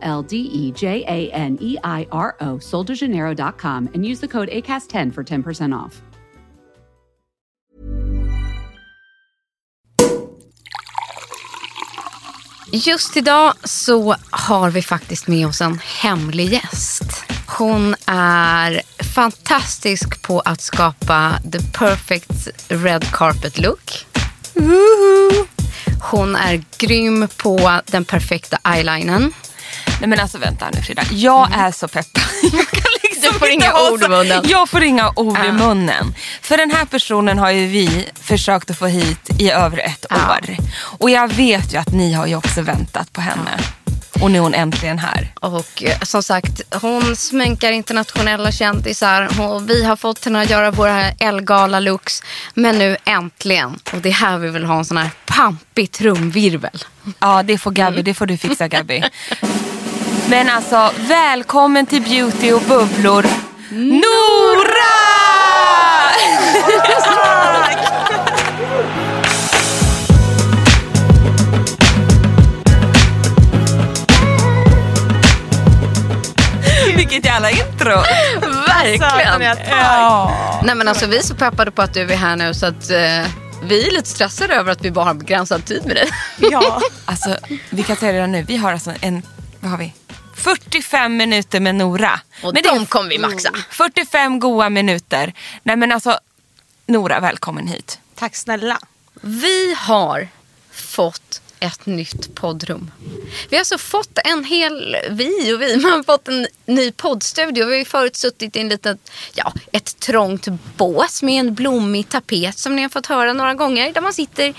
L D E J A N E I R O, soldejaneiro.com, and use the code ACAST10 for 10% off. Just idag så har vi faktiskt med oss en hemlig gäst. Hon är fantastisk på att skapa the perfect red carpet look. Woohoo! Hon är grym på den perfekta eyelinern. Nej men alltså vänta nu Frida, jag är så peppad. Jag kan liksom Mm. Du får inte inga ha ord i så- munnen. Jag får inga ord i Ah. munnen. För den här personen har ju vi försökt att få hit i över ett Ah. år. Och jag vet ju att ni har ju också väntat på henne. Och nu är hon äntligen här. Och eh, som sagt, hon sminkar internationella kändisar. Hon, vi har fått henne att göra våra elgala looks. Men nu äntligen. Och det är här vi vill ha en sån här pampig trumvirvel. Ja det får Gabby, det får du fixa Gabby. Men alltså välkommen till Beauty och bubblor. Nora! Vilket jävla intro. Verkligen! Ja. Nej men alltså vi är så peppade på att du är här nu så att eh, vi är lite stressade över att vi bara har begränsad tid med dig. Alltså, vi kan säga det redan nu. Vi har alltså en, vad har vi? 45 minuter med Nora. Och Men det är de kommer vi maxa. 45 goa minuter. Nej men alltså, Nora välkommen hit. Tack snälla. Vi har fått ett nytt poddrum. Vi har alltså fått en hel, vi och vi, man har fått en ny poddstudio. Vi har ju förut suttit i en litet, ja, ett trångt bås med en blommig tapet som ni har fått höra några gånger. Där man sitter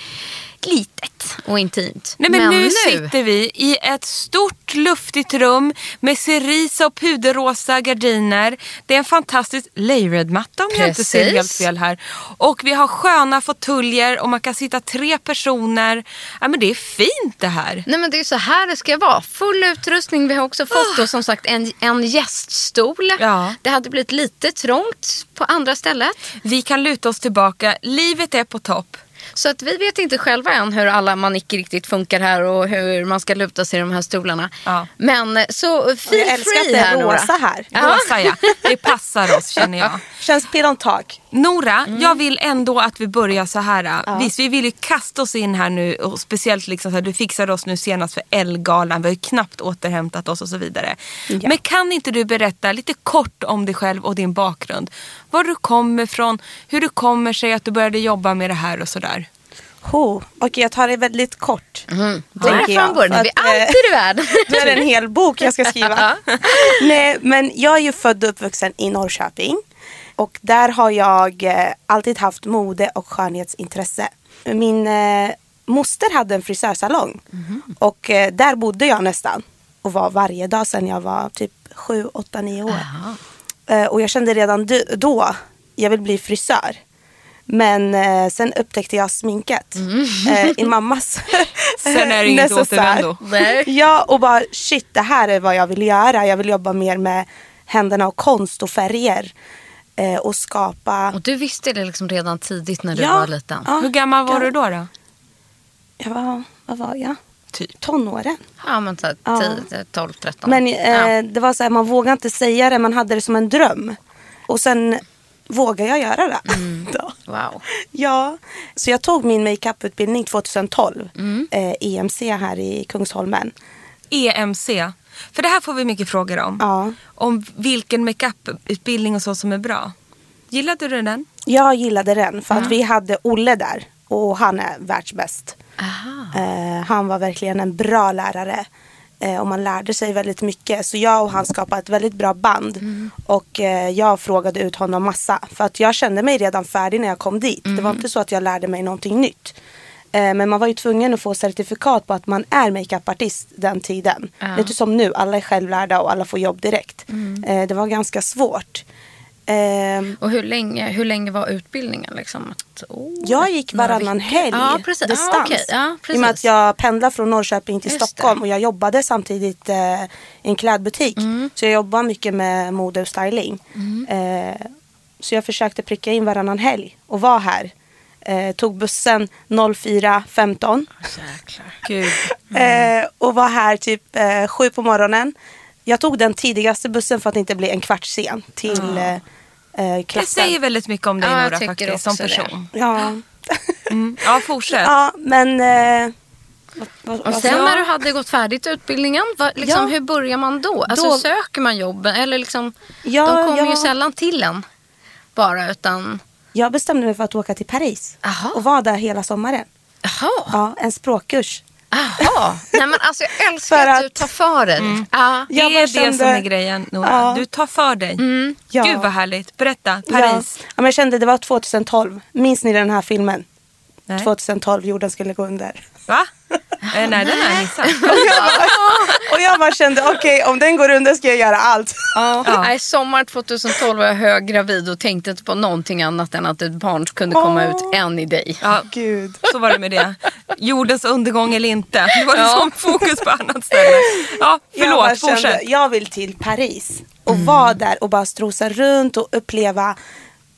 litet och intimt. Nej, men nu, sitter vi i ett stort luftigt rum med cerisa och puderrosa gardiner. Det är en fantastisk layred-matta om jag inte ser Precis. helt fel här. Och vi har sköna fåtöljer och man kan sitta tre personer. Ja, men det är fint det här. Nej men det är ju så här det ska vara. Full utrustning. Vi har också fått då, som sagt en, en gäststol. Ah. Ja. Det hade blivit lite trångt på andra stället. Vi kan luta oss tillbaka. Livet är på topp. Så att vi vet inte själva än hur alla manicker riktigt funkar här och hur man ska luta sig i de här stolarna. Ja. Men eh, så feel jag älskar att free det är här Nora. rosa här. Ja. Rosa, ja. Det passar oss känner jag. Känns pid on talk. Nora, Mm. jag vill ändå att vi börjar så här. äh, Visst, vi vill ju kasta oss in här nu och speciellt liksom så här, du fixade oss nu senast för Ellegalan. Vi har ju knappt återhämtat oss och så vidare. Men kan inte du berätta lite kort om dig själv och din bakgrund? Var du kommer ifrån, hur det kommer sig att du började jobba med det här och sådär. Ho. Okej, jag tar det väldigt kort. Mm. Tänker Därifrån jag, går det. för Vi är att, eh, alltid i världen. Nu är det en hel bok jag ska skriva. Nej, men jag är ju född och uppvuxen i Norrköping. Och där har jag eh, alltid haft mode och skönhetsintresse. Min eh, moster hade en frisörsalong. Mhm. Och eh, där bodde jag nästan. Och var varje dag sedan jag var typ 7, 8, 9 år. Eh, och jag kände redan d- då, jag vill bli frisör. Men eh, sen upptäckte jag sminket eh, i mammas Mm. Sen är det inget necessär. återvändo. Nej. Ja, och bara shit, det här är vad jag vill göra. Jag vill jobba mer med händerna och konst och färger. Eh, och skapa. Och du visste det liksom redan tidigt när du Ja. var liten. Ja. Hur gammal var Ja. du då? då? Jag var, vad var jag? Typ. Tonåren. Ja men så här, Ja. 10, 12, 13. Men eh, ja. det var så här, man vågade inte säga det. Man hade det som en dröm. Och sen vågade jag göra det. Mm. Då. Wow. Ja, så jag tog min makeuputbildning 2012. Eh, EMC här i Kungsholmen. EMC. E För det här får vi mycket frågor om. Ja. Om vilken makeup-utbildning och så som är bra. Gillade du den? Jag gillade den för att vi hade Olle där och han är världsbäst. Eh, han var verkligen en bra lärare eh, och man lärde sig väldigt mycket. Så jag och han skapade ett väldigt bra band och eh, jag frågade ut honom massa för att jag kände mig redan färdig när jag kom dit. Det var inte så att jag lärde mig någonting nytt. Eh, Men man var ju tvungen att få certifikat på att man är makeupartist den tiden. Det är inte som nu, alla är självlärda och alla får jobb direkt. Eh, Det var ganska svårt. Ehm, Och hur länge, hur länge var utbildningen? Liksom? Att, åh, Jag gick några varannan veckor. helg ja, precis. distans. Ja, okej. ja, I och med att precis. jag pendlade från Norrköping till Just det. Stockholm och jag jobbade samtidigt eh, i en klädbutik. Mm. Så jag jobbade mycket med mode och styling. Eh, så jag försökte pricka in varannan helg och var här. Eh, tog bussen 04.15 Jäklar. Gud. Mm. eh, och var här typ eh, sju på morgonen. Jag tog den tidigaste bussen för att inte bli en kvart sen till eh, eh, Det klassen. säger väldigt mycket om dig Ja, jag Nora tycker faktiskt, också som det. person. Ja. Mm. Ja, fortsätt. ja, men... Eh, vad- vad- Och sen vad- Alltså, ja. när du hade gått färdigt utbildningen, vad, liksom, Ja. hur börjar man då? Alltså Då- söker man jobb? Eller liksom, Ja, de kommer ju ja. sällan till en bara utan, Jag bestämde mig för att åka till Paris Aha. och vara där hela sommaren. jaha. Ja, en språkkurs. Jaha, nej men alltså jag älskar För att du att- tar Mm. för dig. Ja. Det Jag bara är det kände- som är grejen Nora. Ja. Du tar för dig. Mm. Ja. Gud vad härligt. Berätta, Paris. Ja. Ja, men jag kände det var 2012. Minns ni den här filmen? Nej. 2012, jorden skulle gå under. Va? Eh, nej, den har jag missat. Och jag bara, och jag bara kände, okej om den går under ska jag göra allt. Ja. Nej, sommar 2012 var jag höggravid och tänkte inte på någonting annat än att ett barn kunde komma Åh. ut en i dig. Ja, Gud. så var det med det. Jordens undergång eller inte. Det var Ja. som fokus på annat ställe. Ja, jag bara förlåt, kände, fortsätt. Mm. Jag vill till Paris och vara där och bara strosa runt och uppleva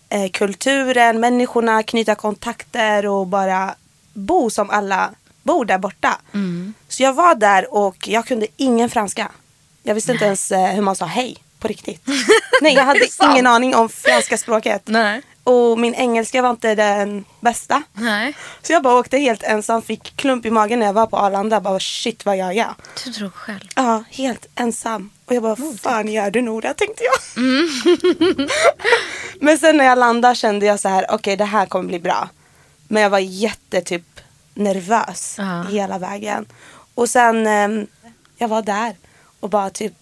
eh, kulturen, människorna, knyta kontakter och bara bo som alla bor där borta. Mm. Så jag var där och jag kunde ingen franska. Jag visste inte ens eh, hur man sa hej på riktigt. Nej, jag hade ingen aning om franska språket. Nej. Och min engelska var inte den bästa. Nej, Så jag bara åkte helt ensam, fick klump i magen när jag var på Arlanda. Bara shit vad gör jag? du drog själv. Ja, helt ensam. Och jag bara, vad fan gör du Nora? Tänkte jag. Mm. Men sen när jag landade kände jag så här, okej det här kommer bli bra. Men jag var jätte typ nervös Ja. hela vägen. Och sen, ehm, jag var där och bara typ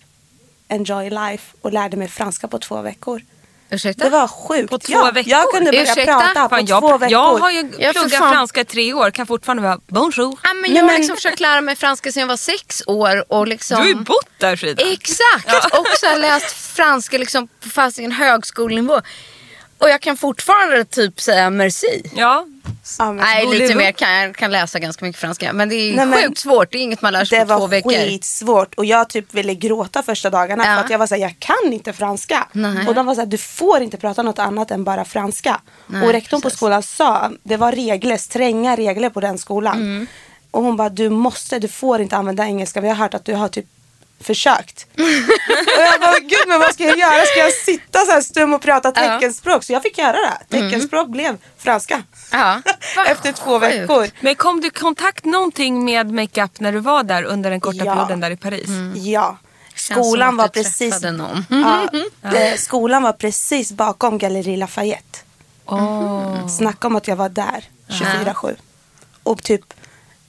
enjoy life och lärde mig franska på två veckor. Ursäkta? Det var sjukt. På två ja, Jag veckor? kunde börja Ursäkta? prata på Fan, två jag, veckor. jag har ju Ja, för pluggat fan. franska i tre år, kan fortfarande vara bonjour. Ja, men Nej, jag har men- liksom försökt lära mig franska sedan jag var sex år. Och Du liksom... har ju bott där Frida. Exakt! Och så har jag läst franska liksom, på fast i en högskolenivå. Och jag kan fortfarande typ säga merci. Ja, Ja, men- Nej, lite Bolero. mer kan jag kan läsa ganska mycket franska. Men det är Nej, men- sjukt svårt. Det är inget man lär sig Det på två var veckor. skitsvårt och jag typ ville gråta första dagarna Ja. för att jag var såhär, jag kan inte franska. Nej. Och de var såhär, du får inte prata något annat än bara franska. Nej, och rektorn på precis. skolan sa, det var regler, stränga regler på den skolan. Mm. Och hon bara, du måste, du får inte använda engelska. Vi har hört att du har typ försökt. och jag bara, gud men vad ska jag göra? Ska jag sitta så här stum och prata teckenspråk? Så jag fick göra det. Teckenspråk blev franska. Ja. Vad Efter två sjukt. veckor. men kom du i kontakt någonting med makeup när du var där under den korta Ja. perioden där i Paris? Mm. Ja. Känns Skolan som var att du precis träffade någon. Ja, eh, skolan var precis bakom Galleri Lafayette. Mm. Åh. Snacka om att jag var där 24-7. Och typ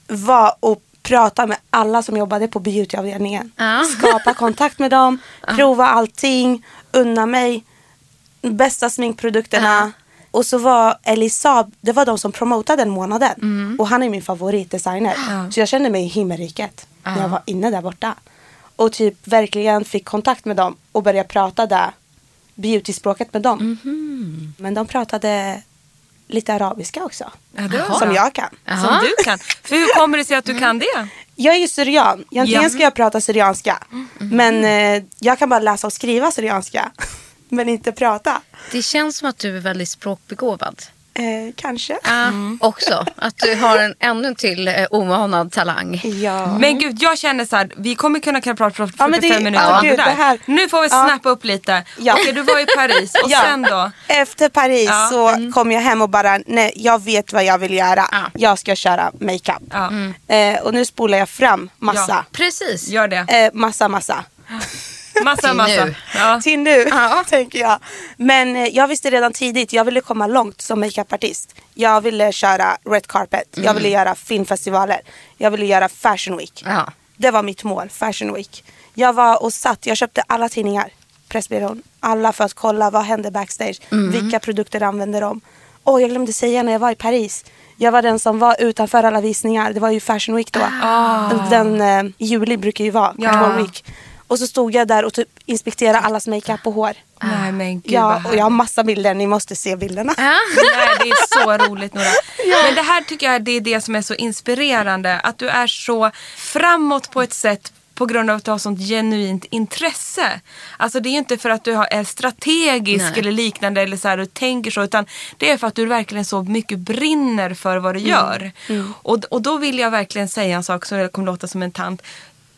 var och prata med alla som jobbade på beautyavdelningen. Ja. Skapa kontakt med dem, prova allting, unna mig bästa sminkprodukterna. Och så var Elisab, det var de som promotade den månaden. Och han är min favoritdesigner. Så jag kände mig i himmelriket när jag var inne där borta. Och typ verkligen fick kontakt med dem och började prata det beautyspråket med dem. Men de pratade lite arabiska också. Ja, det var Som bra. jag kan. Som du kan. För hur kommer det sig Mm. att du kan det? Jag är ju syrian. Egentligen Ja. Mm-hmm. ska jag prata syrianska. Men eh, jag kan bara läsa och skriva syrianska. Men inte prata. Det känns som att du är väldigt språkbegåvad. Eh, kanske. Ja, Också. Att du har en, ännu en till eh, omanad talang. Ja. Men gud, jag känner så här, vi kommer kunna kunna prata för 45 Ja, men det- minuter ja, om det gud, där. det här- Nu får vi Ja. snappa upp lite. Ja. Okej, du var i Paris och Ja. sen då? Efter Paris Ja. Mm. så kom jag hem och bara, nej jag vet vad jag vill göra. Ja. Jag ska köra makeup. Ja. Mm. Eh, och nu spolar jag fram massa. Precis. Gör det. Eh, massa, massa. Massa, Till massa. nu. Ja. Till nu, tänker jag. Men eh, jag visste redan tidigt, jag ville komma långt som makeupartist. Jag ville köra red carpet, jag Mm. ville göra filmfestivaler, jag ville göra fashion week. Ja. Det var mitt mål, fashion week. Jag var och satt, jag köpte alla tidningar, Pressbyrån, alla för att Mm. kolla vad hände backstage, vilka produkter använder de. Åh, jag glömde säga när jag var i Paris, Jag var den som var utanför alla visningar. Det var ju Fashion Week då. Den eh, i juli brukar ju vara Ah. Ja. Couture Week. Och så stod jag där och typ inspekterade allas makeup och hår. Nej men gud ja, vad och jag har massa bilder. Ni måste se bilderna. Nej, det är så roligt Nora. Men det här tycker jag det är det som är så inspirerande. Att du är så framåt på ett sätt på grund av att du har sånt genuint intresse. Alltså det är ju inte för att du har- är strategisk Nej. eller liknande eller så här du tänker så utan det är för att du verkligen så mycket brinner för vad du Mm. gör. Och, och då vill jag verkligen säga en sak som jag kommer låta som en tant.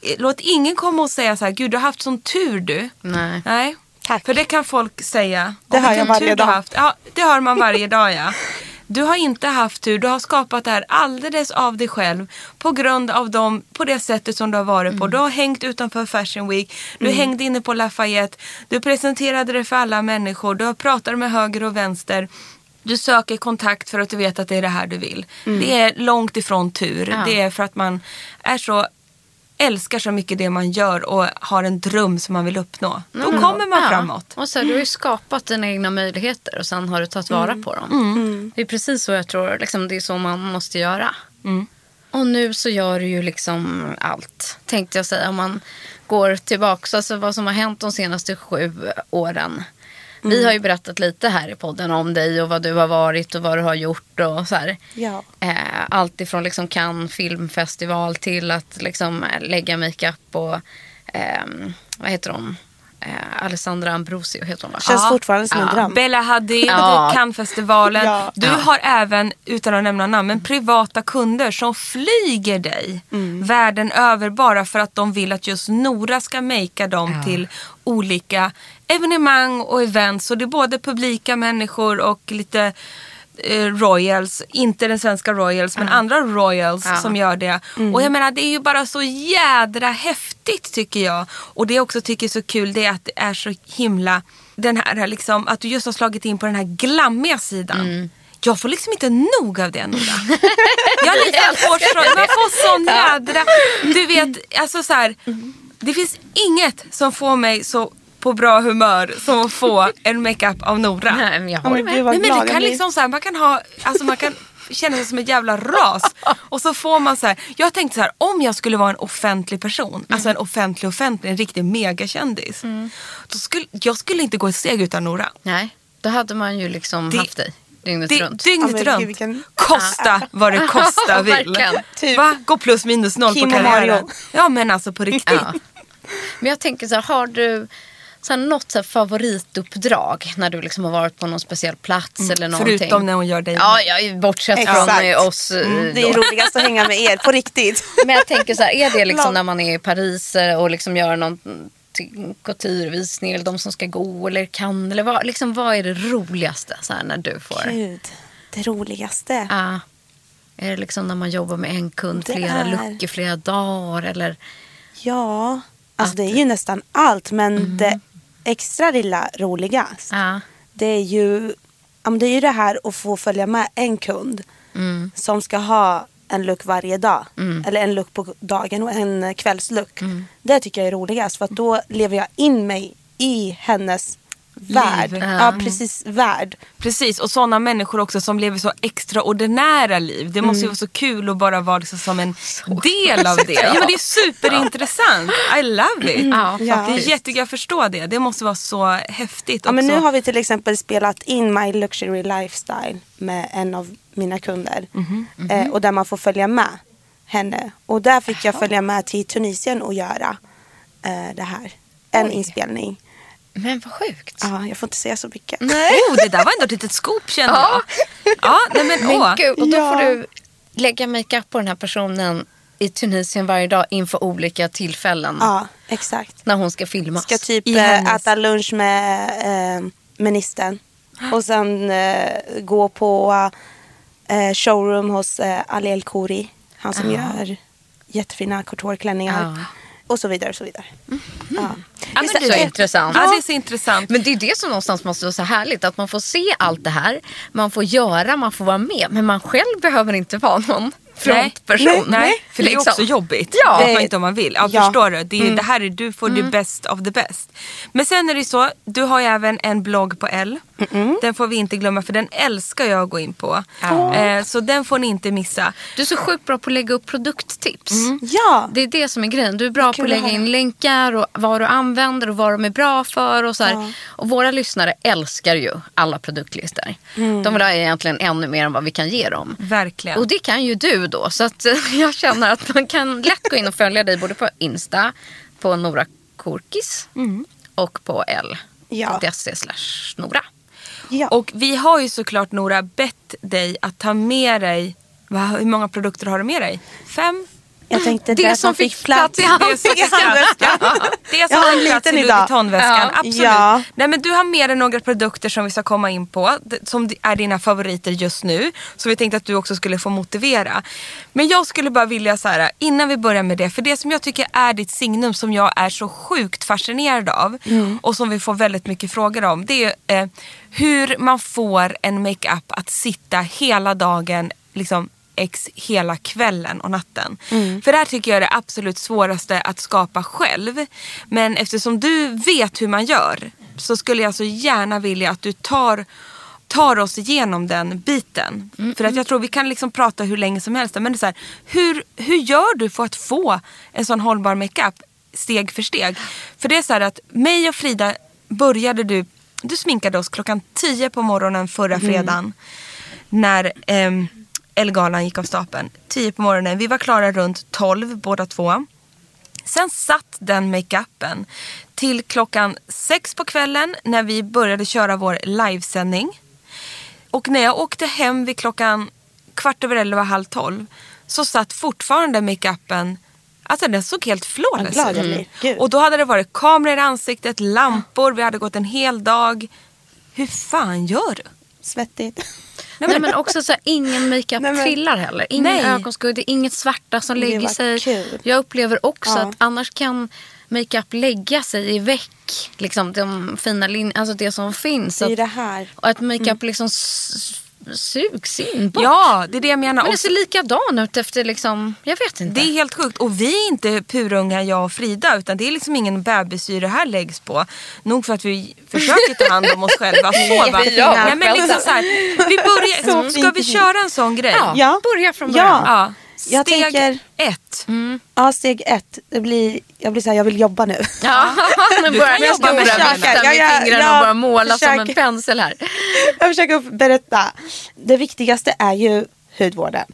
Eh, Låt ingen komma och säga så här, gud du har haft sån tur du. Nej. Nej. Tack. För det kan folk säga. Det Om hör vilken jag varje tur du dag. har haft. Ja, det hör man varje dag ja. Du har inte haft tur. Du har skapat det här alldeles av dig själv. På grund av dem, på det sättet som du har varit på. Du har hängt utanför Fashion Week. Du hängde inne på Lafayette. Du presenterade det för alla människor. Du har pratat med höger och vänster. Du söker kontakt för att du vet att det är det här du vill. Det är långt ifrån tur. Det är för att man är så älskar så mycket det man gör och har en dröm som man vill uppnå. Då kommer man Mm. Ja. framåt. Och så här, du har ju skapat dina egna möjligheter och sen har du tagit vara Mm. på dem. Det är precis så jag tror, liksom, det är så man måste göra. Och nu så gör du ju liksom allt, tänkte jag säga. Om man går tillbaka, alltså vad som har hänt de senaste sju åren. Mm. Vi har ju berättat lite här i podden om dig och vad du har varit och vad du har gjort och så här. Ja. Eh, allt ifrån liksom Cannes filmfestival till att liksom eh, lägga makeup och ehm, vad heter hon? Eh, Alessandra Ambrosio heter hon va? Känns fortfarande som en dröm. Bella Hadid, Ja. Cannesfestivalen. Ja. Du har även, utan att nämna namn, men privata kunder som flyger dig världen över bara för att de vill att just Nora ska makea dem till olika evenemang och event. Så det är både publika människor och lite eh, royals, inte den svenska royals men andra royals Ja. som gör det. Och jag menar det är ju bara så jädra häftigt tycker jag. Och det jag också tycker är så kul det är att det är så himla, den här liksom, att du just har slagit in på den här glammiga sidan. Jag får liksom inte nog av det Nora. Jag liksom får så, man får sån jädra... Du vet, alltså så här, Det finns inget som får mig så på bra humör som att få en makeup av Nora. Nej, men jag Ja, håller men med. gud vad Nej, men glad det kan jag blir. liksom så här, man kan ha, alltså man kan känna sig som ett jävla ras. Och så får man så här, jag tänkte så här, om jag skulle vara en offentlig person, alltså Mm. en offentlig offentlig, en riktig megakändis. Då skulle, jag skulle inte gå ett steg utan Nora. Nej, då hade man ju liksom Det- haft dig dygnet Det, runt. Ja, men dygnet gud, runt. vilken- Kosta vad det kosta vill. Verkligen. Typ. Va? Gå plus minus noll Kim på och karriären. Mario. Ja men alltså på riktigt. Ja. Men jag tänker så här, har du så här, något så här favorituppdrag när du liksom har varit på någon speciell plats Mm. eller någonting? Förutom när hon gör dig. Ja, ja bortsett Exakt. från eh, oss. eh, Mm, Mm, Det är då. roligast att hänga med er, på riktigt. Men jag tänker så här, är det liksom Lång. när man är i Paris eh, och liksom gör någon t- couturevisning eller de som ska gå eller kan eller vad, liksom, vad är det roligaste så här, när du får? Gud, det roligaste. Ah, är det liksom när man jobbar med en kund Det flera är- luckor flera dagar eller? Ja, alltså det är ju nästan allt. Men Mhm. det extra lilla roligast, Ja. det är ju ja, men det, är ju det här att få följa med en kund som ska ha en look varje dag. Eller en look på dagen och en kvällslook. Det tycker jag är roligast för att då lever jag in mig i hennes värld. Ja, precis. Värld. Precis, och sådana människor också som lever så extraordinära liv. Det Mm. måste ju vara så kul att bara vara liksom som en del av det. Ja, men det är superintressant. I love it. Ja, det är faktiskt. jättekul, jag förstår det. Det måste vara så häftigt Ja, men också. nu har vi till exempel spelat in My Luxury Lifestyle med en av mina kunder. Eh, och där man får följa med henne. Och där fick jag följa med till Tunisien och göra eh, det här. En inspelning. Men vad sjukt. Ja, jag får inte säga så mycket. Mm. Oh, det där var ändå ett litet scoop känner jag. Ja, nej, men, åh. Men gud, och då Ja. får du lägga makeup på den här personen i Tunisien varje dag inför olika tillfällen Ja, exakt. när hon ska filmas. Ska typ I eh, hennes- äta lunch med eh, ministern. Och sen eh, gå på eh, showroom hos eh, Ali El Khoury. Han som gör jättefina coutureklänningar. Ja. Mhm. Och Och så vidare och så vidare. Ja. Ja, Just men det är så intressant. Ja, det är så intressant. Men det är det som någonstans måste vara så härligt, att man får se allt det här, man får göra, man får vara med, men man själv behöver inte vara någon. frontperson. Nej, för det är Liksom. också jobbigt. Ja. Det vet man inte om man vill. Ja, Mm. Ja. Förstår du? Det, är, det här är, du får the best of the best. Men sen är det ju så, du har ju även en blogg på L. Den får vi inte glömma för den älskar jag att gå in på. Eh, så den får ni inte missa. Du är så sjukt bra på att lägga upp produkttips. Ja. Det är det som är grejen. Du är bra på att kul att lägga in länkar och vad du använder och vad de är bra för. Och, så här. och Våra lyssnare älskar ju alla produktlistor. Mm. De vill ha egentligen ännu mer än vad vi kan ge dem. Verkligen. Och det kan ju du då. Så att, jag känner att man kan lätt gå in och följa dig både på Insta, på Nora Korkis och på Mm. Ja. l.se E slash Nora. ja. Och vi har ju såklart Nora bett dig att ta med dig, va, hur många produkter har du med dig? Fem? jag tänkte Det som fick plats i handväskan. Det som Jag har en har plats i liten Louis idag. Vuitton-väskan, Ja. absolut. Ja. Nej, men du har med dig några produkter som vi ska komma in på, d- som d- är dina favoriter just nu. Så vi tänkte att du också skulle få motivera. Men jag skulle bara vilja, så här, innan vi börjar med det, för det som jag tycker är ditt signum som jag är så sjukt fascinerad av Mm. och som vi får väldigt mycket frågor om, det är ju, eh, hur man får en makeup att sitta hela dagen liksom, ex hela kvällen och natten. För det här tycker jag är det absolut svåraste att skapa själv. Men eftersom du vet hur man gör så skulle jag så gärna vilja att du tar, tar oss igenom den biten. För att jag tror vi kan liksom prata hur länge som helst. Men det är så här, hur, hur gör du för att få en sån hållbar makeup steg för steg? För det är så här att mig och Frida började du, du sminkade oss klockan 10 på morgonen förra fredagen när ehm, Elgalan gick av stapeln. 10 på morgonen. Vi var klara runt 12 båda två. Sen satt den makeupen till klockan 6 på kvällen när vi började köra vår livesändning. Och när jag åkte hem vid klockan kvart över elva, halv tolv så satt fortfarande makeupen Alltså den såg helt flawless Vad glad jag blir. Gud. Och då hade det varit kameror i ansiktet, lampor, vi hade gått en hel dag. Hur fan gör du? Svettigt. Nej, men också så här, ingen makeup Nej, men- trillar heller. Ingen Nej. ögonskugga, det är inget svarta som Det lägger var sig. kul. Jag upplever också Ja. att annars kan makeup lägga sig i väck. Liksom de fina linjerna, alltså det som finns. Det är Att, ju det Mm. här. och att makeup liksom s- sugs in bort. Ja, det är det jag menar. Men alltså, Och det ser likadan ut efter liksom, jag vet inte. Det är helt sjukt. Och vi är inte purunga jag och Frida utan det är liksom ingen bebissyra här läggs på. Nog för att vi försöker ta hand om oss själva. Så va? jättefina. Nej, men liksom så här, vi börjar, ska vi köra en sån grej? Ja, Ja. börja från Ja. början. Ja. Jag Steg tänker- Mm. ett. Ja, steg ett. Det blir, jag blir så här, jag vill jobba nu. Ja. nu börjar jag jobba snurra med med försöka. vifta Ja, med ja, fingrarna ja, och bara måla som en försök. pensel här. Jag försöker berätta. Det viktigaste är ju hudvården.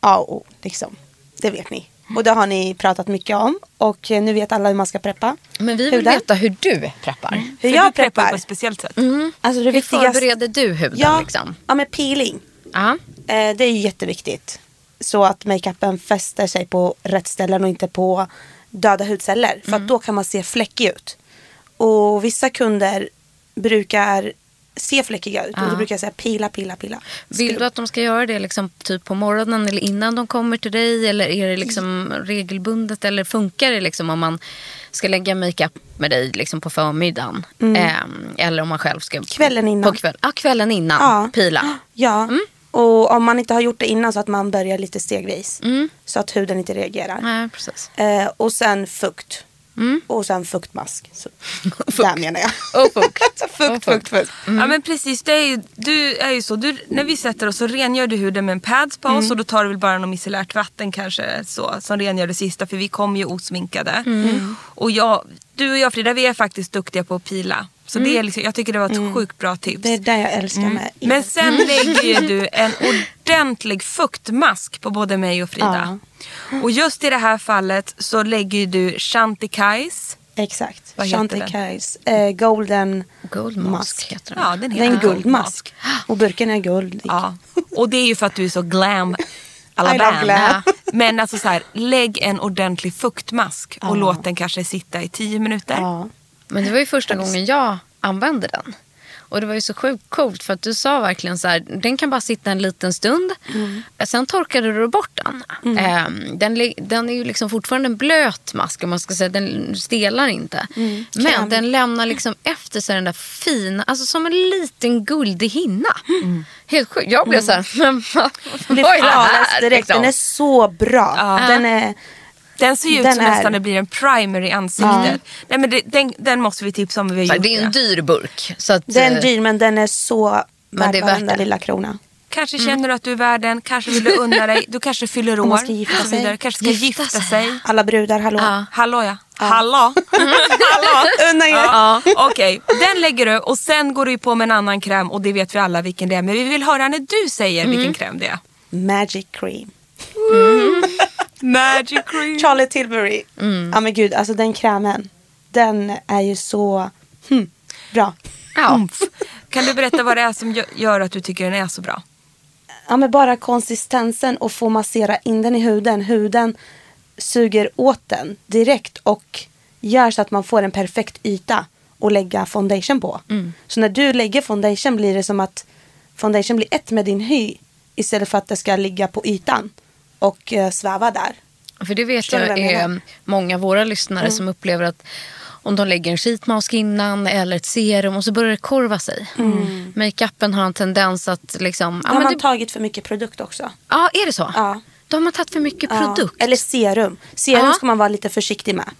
A och O, liksom. Det vet ni. Och det har ni pratat mycket om. Och eh, nu vet alla hur man ska preppa. Men vi vill Huden. veta hur du preppar. Hur För du jag preppar preppar. på ett speciellt sätt. Alltså det Hur viktigaste. förbereder du huden? Ja, Liksom? ja, med peeling. Ja. Eh, det är ju jätteviktigt. Så att makeupen fäster sig på rätt ställen och inte på döda hudceller. För Mm. att då kan man se fläckig ut. Och vissa kunder brukar se fläckiga ut. Och då brukar jag säga pila, pila, pila. Vill du att de ska göra det liksom, typ på morgonen eller innan de kommer till dig? Eller är det liksom regelbundet? Eller funkar det liksom om man ska lägga makeup med dig liksom på förmiddagen? Ehm, eller om man själv ska... Mm. Kvällen innan. På kväll, ja, kvällen innan. Ja. Pila. Mm. Ja, och om man inte har gjort det innan så att man börjar lite stegvis. Så att huden inte reagerar. Mm. Nej, precis. Eh, och sen fukt. Och sen fuktmask. Så, där menar jag. Och fukt. fukt, fukt, fukt. Ja men precis, det är ju, du är ju så. Du, när vi sätter oss så rengör du huden med en pads på Mm. oss och då tar du väl bara något micellärt vatten kanske så, som rengör det sista för vi kom ju osminkade. Mm. Och jag, du och jag Frida vi är faktiskt duktiga på att pila. Så det är liksom, jag tycker det var ett sjukt bra tips. Mm. Det är Mm. det jag älskar Mm. med er. Men sen lägger ju du en ordentlig fuktmask på både mig och Frida. Och just i det här fallet så lägger ju du Chantikais. Exakt. Vad heter Chantikais eh, Golden Gold mask heter den. Ja, den Det är heter en guldmask. Och burken är guld. Ja, och det är ju för att du är så glam. Alla I love band. glam. Ja. Men alltså så här, lägg en ordentlig fuktmask och låt den kanske sitta i 10 minuter. Ja. Men det var ju första gången jag använde den. Och det var ju så sjukt coolt för att du sa verkligen så här, den kan bara sitta en liten stund. Mm. Sen torkade du bort den. Eh, den, li- den är ju liksom fortfarande en blöt mask om man ska säga, den stelar inte. Mm. Men den lämnar liksom efter sig den där fina, alltså som en liten guldig hinna. Mm. Helt sjukt. Jag blev så här, men vad vad Blir är det flawless här? Mm. direkt. liksom? Den är så bra. Den är... Den ser ju ut Den som är- nästan det blir en primer i ansiktet. Nej, men det, den, den måste vi tipsa om. Vi Så har här, Det gjort är en det. dyr burk. Så att, Den är eh, dyr men den är så Men värd det är värt varenda det. lilla krona. Kanske Mm. känner du att du är värden, kanske vill du unna dig, du kanske fyller år. Man måste gifta och så vidare. sig. Kanske ska gifta, Gifta sig. Alla brudar, hallå. Ja. Hallå ja. Hallå. Hallå. Unna er. Ja. Okej, den lägger du och sen går du ju på med en annan kräm och det vet vi alla vilken det är. Men vi vill höra när du säger Mm. vilken kräm det är. Magic cream. Magic cream. Charlie Tilbury. Ja men gud, alltså den krämen. Den är ju så hm, bra. ja. Kan du berätta vad det är som gö- gör att du tycker den är så bra? Ja men bara konsistensen och få massera in den i huden. Huden suger åt den direkt och gör så att man får en perfekt yta att lägga foundation på. Så när du lägger foundation blir det som att foundation blir ett med din hy istället för att det ska ligga på ytan och eh, sväva där. För det vet Förstår du jag vad jag är menar? Mm. många av våra lyssnare som upplever att om de lägger en sheetmask innan eller ett serum och så börjar det korva sig. Makeupen har en tendens att liksom... Då Ja, har men Mm. man det, tagit för mycket produkt också. ja är det så? Ja. Då har man tagit för mycket Ja, produkt. Eller serum. Serum Ja. ska man vara lite försiktig med.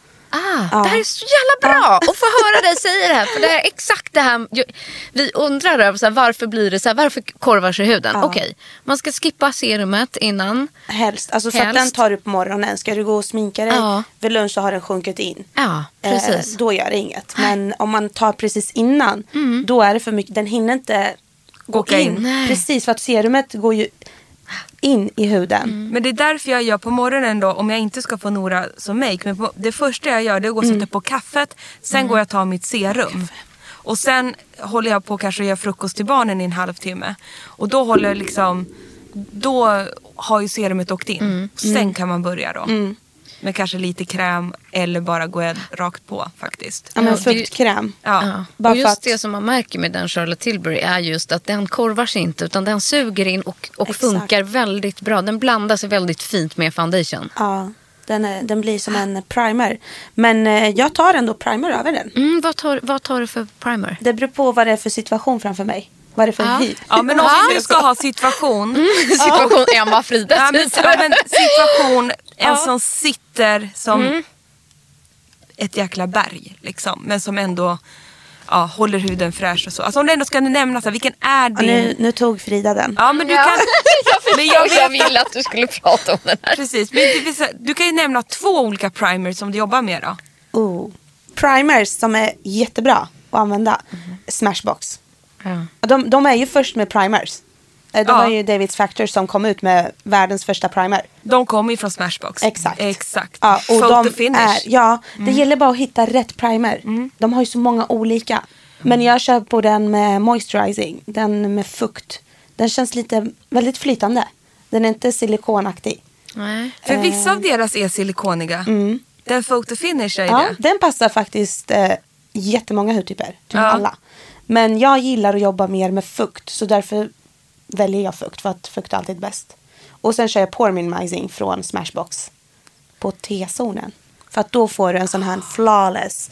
Ah, Det här är så jävla bra att få höra dig säga det här. För det är exakt det här ju- vi undrar över. Så här, varför blir det så här? Varför korvar sig huden? Okej, man ska skippa serumet innan. Helst. Alltså så att Helst. den tar du på morgonen. Ska du gå och sminka dig Ja. vid lunch så har den sjunkit in. Ja, precis. Eh, då gör det inget. Men om man tar precis innan, då är det för mycket. Den hinner inte gå Åka in. in. Mm. Nej. Precis, för att serumet går ju in i huden. Mm. Men det är därför jag gör på morgonen då om jag inte ska få Nora som make. Men på, det första jag gör det är att gå och sätta på kaffet. Sen går jag och tar mitt serum. Och sen håller jag på kanske och gör frukost till barnen i en halvtimme. Och då håller jag liksom, då har ju serumet åkt in. Och sen kan man börja då. Med kanske lite kräm eller bara gå en- rakt på faktiskt. Ja, men Ja, det- fuktkräm. Ja. Ja. Bara Och för just att- det som man märker med den Charlotte Tilbury är just att den korvar sig inte utan den suger in och, och Exakt. funkar väldigt bra. Den blandar sig väldigt fint med foundation. Ja, den, är, den blir som en primer. Men eh, jag tar ändå primer över den. Mm, vad, tar, vad tar du för primer? Det beror på vad det är för situation framför mig. Vad det är för Ja. hy. Ja men om du ska ha situation. Situation Emma Frida Ja, men, ja, men situation, en som sitter som Mm. ett jäkla berg. Liksom, men som ändå ja, håller huden fräsch och så. Alltså, om du ändå ska nämna, så, här, vilken är Ja, din... nu, nu tog Frida den. Ja, men du kan, men jag jag vet, ville att du skulle prata om den här. precis, men det vill säga, du kan ju nämna två olika primers som du jobbar med då. Oh. Primers som är jättebra att använda. Mhm. Smashbox. Ja. De, de är ju först med primers. Eh, De Ja. var ju Davids Factor som kom ut med världens första primer. De kommer ju från Smashbox. Exakt. Exakt. Ja, och Photo de finish. Mm. Är, ja, det gäller bara att hitta rätt primer. De har ju så många olika. Men jag kör på den med moisturizing, den med fukt. Den känns lite väldigt flytande. Den är inte silikonaktig. Nej. För vissa av deras är silikoniga. Den photo finish är ju Mm. Ja, det. den passar faktiskt eh, jättemånga hudtyper, typ Ja. alla. Men jag gillar att jobba mer med fukt så därför väljer jag fukt för att fukt är alltid bäst. Och sen kör jag pore minimizing från Smashbox på T-zonen. För att då får du en sån här flawless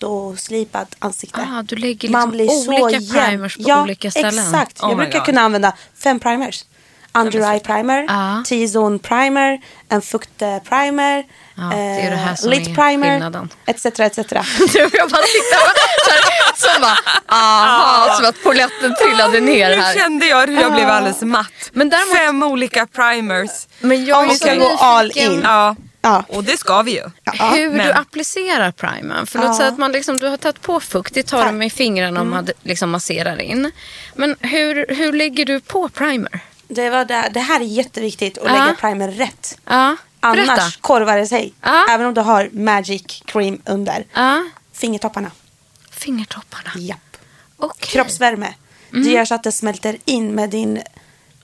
fotoslipat ansikte. Ah, du lägger liksom olika primers på ja, olika ställen. exakt. Oh my jag brukar God. kunna använda fem primers. Under eye primer, Ja. T-zone primer, en fuktprimer, Ja, det är det här som lit är Eh, primer, skillnaden. etc. etc. Jag bara tittade så här, som bara, aha, som att polletten trillade ner Nu här. kände jag hur jag blev alldeles matt. Men däremot- Fem olika primers. Men jag Om vi är så ska gå nyfiken. all in. Ja. Ja. och det ska vi ju. hur du men- applicerar primern. För låt säga att man liksom, du har tagit på fukt, det tar du med fingrarna och man liksom masserar in. Men hur, hur lägger du på primer? Det, var det, det här är jätteviktigt att Ja. lägga primer rätt. Ja, Annars berätta. korvar det sig. Ja. Även om du har magic cream under. Ja, Fingertopparna. fingertopparna. Japp. Okej. Mm. Kroppsvärme. Det gör så att det smälter in med din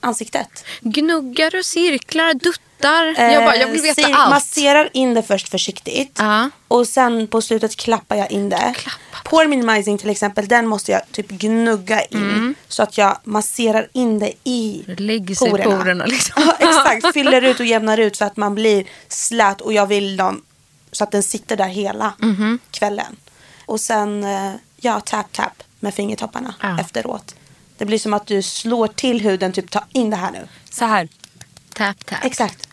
ansiktet. Gnuggar och cirklar, duttar. Eh, jag, bara, jag vill veta Sen allt. Masserar in det först försiktigt. Ja. Och sen på slutet klappar jag in det. Klappa. Pore minimizing till exempel, den måste jag typ gnugga in. Så att jag masserar in det i Mm. Lägger sig i porerna, liksom. ja, exakt, fyller ut och jämnar ut så att man blir slät och jag vill dem så att den sitter där hela Mhm. kvällen. Och sen, eh, ja, tap tap med fingertopparna Ja. efteråt. Det blir som att du slår till huden, typ ta in det här nu. Så här. Tap, tap. Exakt.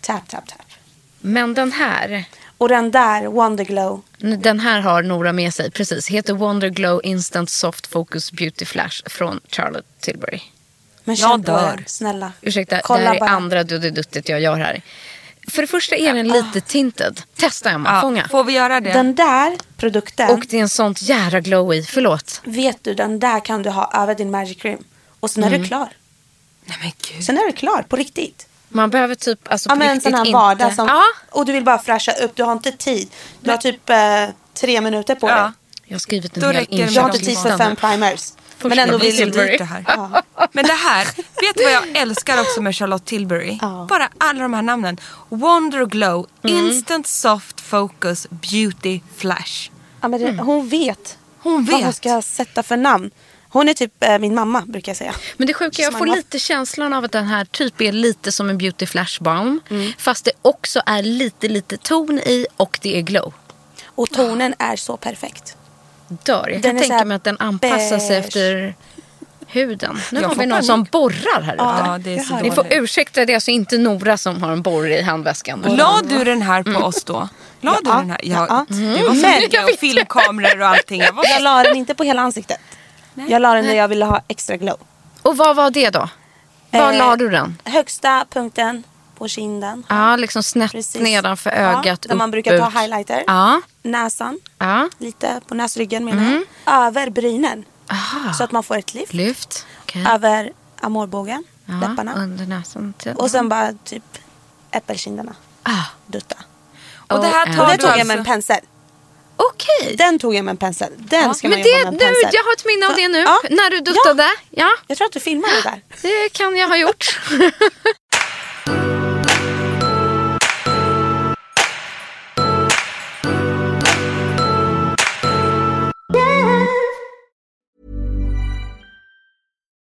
Tap tap tap. Men den här. Och den där, Wonder Glow. Den här har Nora med sig. Precis. Heter Wonder Glow Instant Soft Focus Beauty Flash från Charlotte Tilbury. Men Jag känn på dör. den, snälla. Ursäkta, Kolla det här är bara. andra duttiduttet jag gör här. För det första är den lite tinted. Testa Emma, Ja. fånga. Får vi göra det? Den där produkten, Och det är en sånt jädra glow i. Förlåt. vet du, den där kan du ha över din Magic Cream. Och sen Mm. är du klar. Nej men gud. Sen är du klar, på riktigt. Man behöver typ alltså, Ja på men en riktigt sån här inte... vardag som, Ja, och du vill bara fräscha upp, du har inte tid. Du har typ eh, tre minuter på Ja. dig. jag har skrivit en Då hel räcker det med Du har de inte tid för typ fem primers. Men Första ändå Det blir vill så du. Tilbury. dyrt det här. Men det här, vet du vad jag älskar också med Charlotte Tilbury? Ja. Bara alla de här namnen. Wonder Glow, Mm. Instant Soft Focus, Beauty Flash. Ja, men Mm. det, hon vet, Hon vad hon vet. ska sätta för namn. Hon är typ eh, min mamma brukar jag säga. Men det sjuka, är jag Som får man har- lite känslan av att den här typ är lite som en beauty flash balm. Mm. Fast det också är lite, lite ton i och det är glow. Och tonen Ah. är så perfekt. Dör. Jag Den kan är så tänka här mig att den anpassar sig beige. efter huden. Nu Jag har får vi någon panik. som borrar här ute. Ja, det är så Ni dåligt. får ursäkta, det är alltså inte Nora som har en borre i handväskan. La du den här på oss då? La du den här? Mm. Ja, Mm. Ja. Du var så noga och filmkameror och allting. Jag var Jag la den inte på hela ansiktet. Jag la den där jag ville ha extra glow. Och vad var det då? Var Eh, la du den? Högsta punkten på kinden. Ja, liksom snett nedanför ögat. Ja, där man upp, brukar ta ut. highlighter. Ja, Näsan. ja. Mm. Lite på näsryggen menar jag. Över brynen. Aha. Så att man får ett lyft. Lyft. Okej. Över amorbågen. Ja, läpparna. Under näsan. till- Och sen bara typ äppelkinderna. Ah. Dutta. Och det här Och tar det du tog jag med en alltså. pensel. Okej. Den tog jag med en pensel. Den ska Men man jobba det, med en nu, pensel. jag har ett minne av det nu. Ja. När du duttade. Ja. Ja. Jag tror att du filmade det där. det kan jag ha gjort.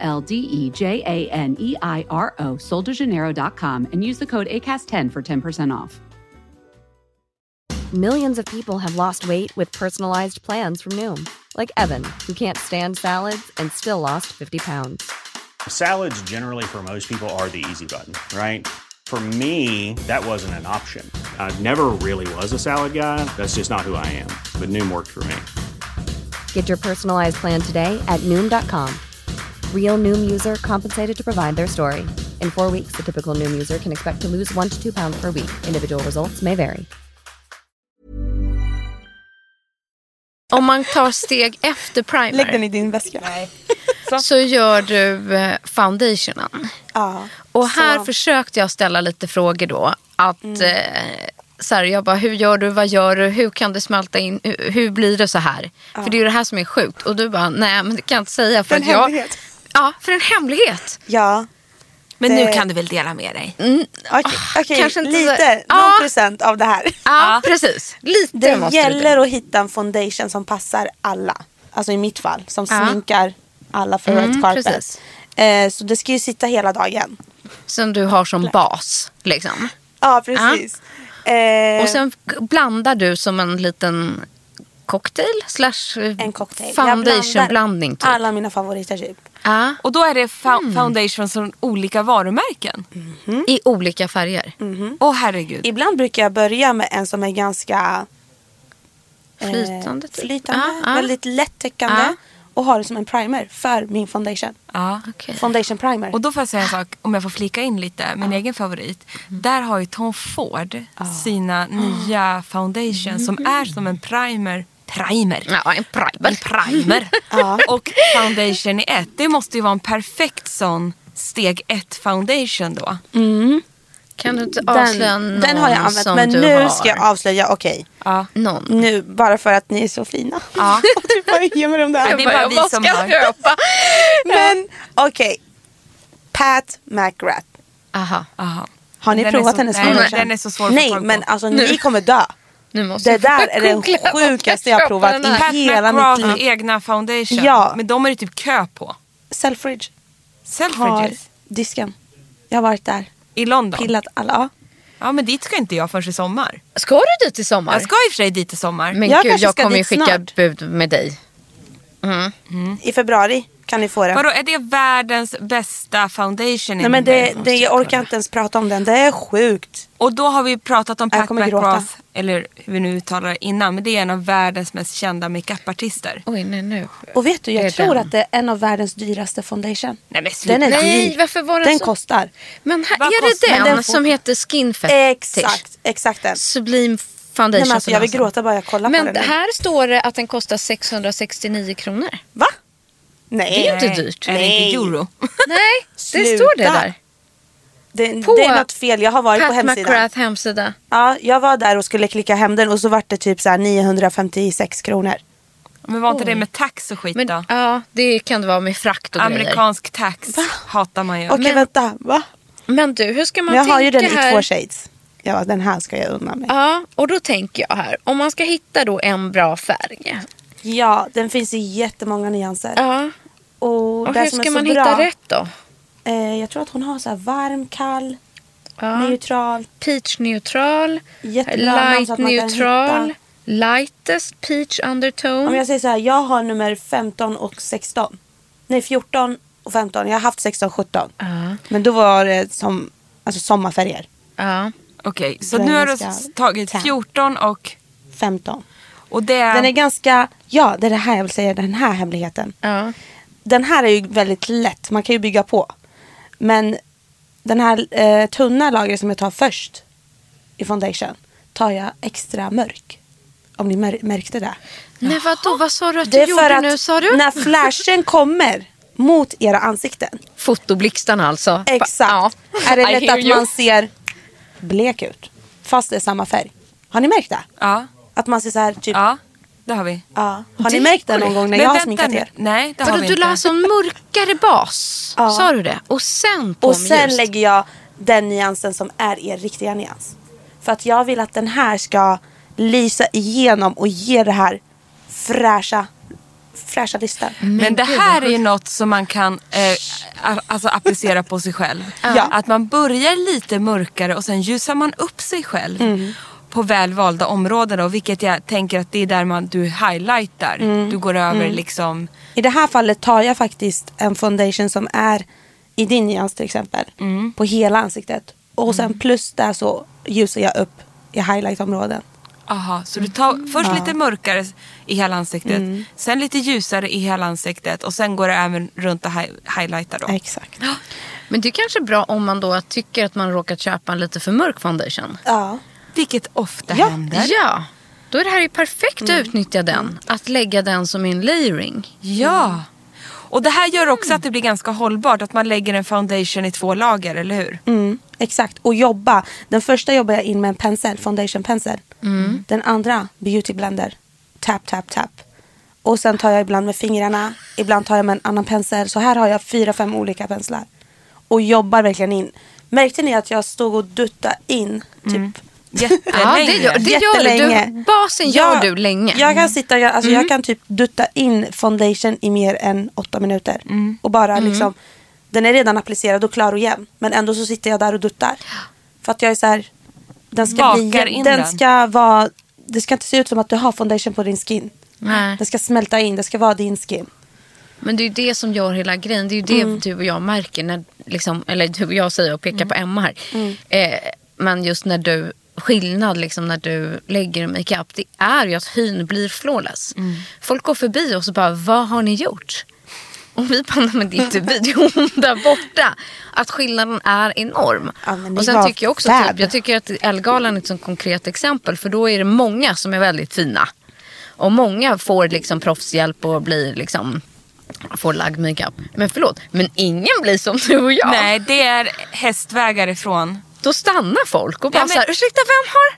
L D E J A N E I R O, soldejaneiro.com, and use the code ACAST10 for 10% off. Millions of people have lost weight with personalized plans from Noom, like Evan, who can't stand salads and still lost 50 pounds. Salads, generally, for most people, are the easy button, right? For me, that wasn't an option. I never really was a salad guy. That's just not who I am. But Noom worked for me. Get your personalized plan today at Noom.com. Real Noom user compensated to provide their story. In four weeks, the typical Noom user can expect to lose one to two pounds per week. Individual results may vary. Om man tar steg efter Lägg den primer i din väska. så gör du eh, foundationen. Ja. Och här försökte jag ställa lite frågor då. Att, Mm. eh, så här, jag bara, hur gör du, vad gör du, hur kan det smälta in, hur, hur blir det så här? För det är ju det här som är sjukt. Och du bara, nej men det kan jag inte säga. För, För en att jag, hemlighet. Ja, för en hemlighet. Ja. Men nu Det- kan du väl dela med dig? Okej, okej, Ah, kanske inte så- lite. Ja. Någon procent av det här. Ja, precis. Lite Det måste du gäller att hitta en foundation som passar alla. Alltså i mitt fall, som Ja. sminkar alla för red Ah. Mm, precis. carpet. Eh, så det ska ju sitta hela dagen. Som du har som bas. Liksom. Ja, precis. Eh, Ah. Och sen k- blandar du som en liten cocktail slash eh, en cocktail. Jag blandar foundationblandning. Typ. Alla mina favoriter typ. Ja, Och då är det fa- foundations från olika varumärken. Åh Mm. I olika färger. herregud. Ibland brukar jag börja med en som är ganska eh, Flytande. typ. Ah, flytande Ja, ja. väldigt lättäckande. Ja. och ha det som en primer för min foundation. Ja. Okej. Foundation primer. Och då får jag säga en sak, om jag får flika in lite, min egen favorit. Där har ju Tom Ford sina nya foundations som är som en primer. Primer! Ja, en En primer. primer. Ja. Och foundation i ett. Det måste ju vara en perfekt sån steg ett foundation då. Kan du inte den, avslöja någon den har jag använt som men du nu har? ska jag avslöja. Okej, Ja. Någon. nu bara för att ni är så fina. Ja. Och typ du bara gömmer dem Ja, där. det är bara vi vad som ska har. jag köpa? Men okej. Pat McGrath. Aha, Aha. Har ni Den är provat så- hennes nej, foundation? den är så svår att få Nej, tag på. men alltså ni kommer dö. nu måste Det jag där är den googla om jag sjukaste jag köper provat den i här. Pat Hela mitt McGraths liv. egna foundation. Ja. Men de är ju typ kö på. Selfridge har Selfridges disken. Jag har varit där. i London. Pillat alla. Ja. Ja men dit ska inte jag förrän i sommar. Ska du dit i sommar? Jag ska i och för sig dit i sommar. Men Jag gud, kanske jag ska kommer ju dit skicka snart. bud med dig. Mm. I februari kan ni få den. Vadå, är det världens bästa foundation? Nej, men det, det, jag orkar inte ens prata om den. Det är sjukt. Och då har vi pratat om Jag Pat kommer gråta. McGrath, eller hur vi nu uttalar det innan, men det är en av världens mest kända makeupartister. Oj, nej nu. Och vet du, Det är jag tror den. att det är en av världens dyrasten foundation. Nej men sluta. Den är Nej, dyr. varför var den den så- kostar. Men här, Vad är det kostar den, den? Den får- som heter Skin Fetish? Exakt, exakt den. Sublime Foundation. Nej, men alltså, som jag vill den gråta bara jag kollar heter. på Men den. nu. här står det att den kostar 669 kronor. Va? Det är Nej, ju inte dyrt. Är det Nej. inte euro? Nej, det Sluta. står det där. det, på det är något fel. Jag har varit på Pat hemsidan. McGrath hemsida. Ja, jag var där och skulle klicka hem den och så vart det typ så här 956 kronor. Men var inte det med tax och skit Men, då? ja, det kan det vara med frakt och grejer. Amerikansk tax hatar man ju. Okej Men- vänta, va? Men du, hur ska man Men jag tänka har ju den här? i två shades. Ja, den här ska jag unna mig. Ja, och då tänker jag här. Om man ska hitta då en bra färg. Ja, den finns i jättemånga nyanser. Ja, Och, och det hur som ska är så man bra, hitta rätt då? Eh, jag tror att hon har så här varm, kall, Ja. neutral. Peach neutral, Jättebra namn så light att man kan neutral, hitta. lightest peach Om undertone. jag säger så här, jag har nummer 15 och 16. Nej, 14 och 15. Jag har haft 16 och 17. Ja, Men då var det som, alltså sommarfärger. ja. Okej, så nu har du Brännska. tagit Tax. 14 och, 15. och det är... Den är ganska, ja det är det här jag vill säga, den här hemligheten. ja. Den här är ju väldigt lätt, man kan ju bygga på. Men den här eh, tunna lagret som jag tar först i foundation tar jag extra mörk. Om ni mär- märkte det. Nej vadå, vad sa du att du gjorde nu sa du? när flashen kommer mot era ansikten, Fotoblixtarna alltså. exakt, Ja. är I det lätt hear att you. man ser blek ut. Fast det är samma färg. Har ni märkt det? Ja, Att man ser så här typ, ja. ja, det har vi. Har Det ni är märkt det någon korrekt. gång när Men jag har vänta sminkat nu. er? Nej, det har Vadå, vi du inte. la alltså en mörkare bas? Ja. Sa du det? Och sen på Och med sen ljus. lägger jag den nyansen som är er riktiga nyans. För att jag vill att den här ska lysa igenom och ge det här fräscha, fräscha listan. Men det gud, här är ju något som man kan eh, a- alltså applicera på sig själv. Ja. Att man börjar lite mörkare och sen ljusar man upp sig själv. Mm. På välvalda områden och vilket jag tänker att det är där man, du highlightar. Mm. Du går över liksom. I det här fallet tar jag faktiskt en foundation som är i din nyans till exempel. På hela ansiktet. Och sen plus där så ljusar jag upp i highlightområden. Aha, så du tar först lite mörkare i hela ansiktet. Mm. Sen lite ljusare i hela ansiktet. Och sen går det även runt och hi- highlightar då. Exakt. Men det är kanske bra om man då tycker att man råkat köpa en lite för mörk foundation. Ja. Vilket ofta Ja. händer. Ja, då är det här ju perfekt att utnyttja den. Att lägga den som en layering. Ja. Mm. Och det här gör Mm. också att det blir ganska hållbart. Att man lägger en foundation i två lager, eller hur? Mm, exakt, och jobba. Den första jobbar jag in med en pensel, foundation pensel. Den andra, beauty blender. Tap, tap, tap. Och sen tar jag ibland med fingrarna, ibland tar jag med en annan pensel. Så här har jag fyra, fem olika penslar. Och jobbar verkligen in. Märkte ni att jag stod och duttade in typ Ja, det Jättelänge. gör, det gör du. Jättelänge. du. Basen gör Jag- du länge. Jag kan, sitta, jag, alltså, Mm. jag kan typ dutta in foundation i mer än åtta minuter. Mm. Och bara liksom, den är redan applicerad och klar och jämn. Men ändå så sitter jag där och duttar. För att jag är så här, den ska Bakar bli, in den, den. ska vara, det ska inte se ut som att du har foundation på din skin. Nej. Den ska smälta in, det ska vara din skin. Men det är ju det som gör hela grejen. Det är ju det Mm. du och jag Mm. märker. När, liksom, eller du och jag säger och pekar på Emma här. Eh, men just när du skillnad liksom när du lägger makeup det är ju att hyn blir flawless. Mm. Folk går förbi oss och bara, vad har ni gjort? Och vi bara, "Nej, men det är inte vi, det är hon där borta. Att skillnaden är enorm. Ja, men ni och sen var tycker jag också, fab. typ, jag tycker att Ellegalan är ett sånt konkret exempel för då är det många som är väldigt fina. Och många får liksom proffshjälp och blir liksom får lagd makeup. Men förlåt, men ingen blir som du och jag. Nej, det är hästvägar ifrån. Då stannar folk och bara Ja, men- så här, ursäkta vem har?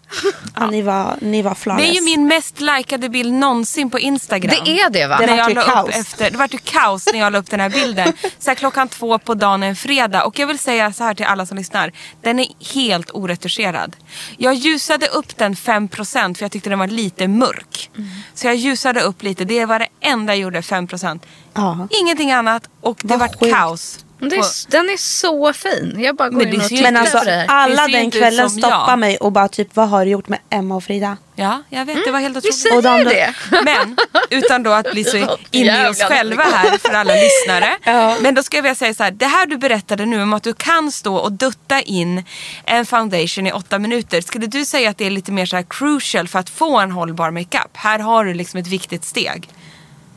Ja, ni var, ni var flawless. Det är ju min mest likade bild någonsin på Instagram. Det är det va? Det när vart jag ju la kaos. upp efter, det vart ju kaos när jag la upp den här bilden. Så här, klockan två på dagen en fredag. Och jag vill säga så här till alla som lyssnar. Den är helt oretuscherad. Jag ljusade upp den 5% för jag tyckte den var lite mörk. Mm. Så jag ljusade upp lite. Det var det enda jag gjorde, 5%. Ja. Ingenting annat och det Vad vart sjukt. kaos. Men det är, Och- den är så fin. Jag bara går Men det in och ser ju- tittar Men Titta alltså på det här. Det alla ser ju den inte kvällen ut som jag. stoppar mig och bara typ vad har du gjort med Emma och Frida? Ja, jag vet. Det var helt Mm, Vi otroligt. säger Och de- ju det. Men utan då att bli så inne i oss Jävlar. själva här för alla lyssnare. Men då ska jag vilja säga så här, det här du berättade nu om att du kan stå och dutta in en foundation i åtta minuter. Skulle du säga att det är lite mer så här crucial för att få en hållbar makeup? Här har du liksom ett viktigt steg.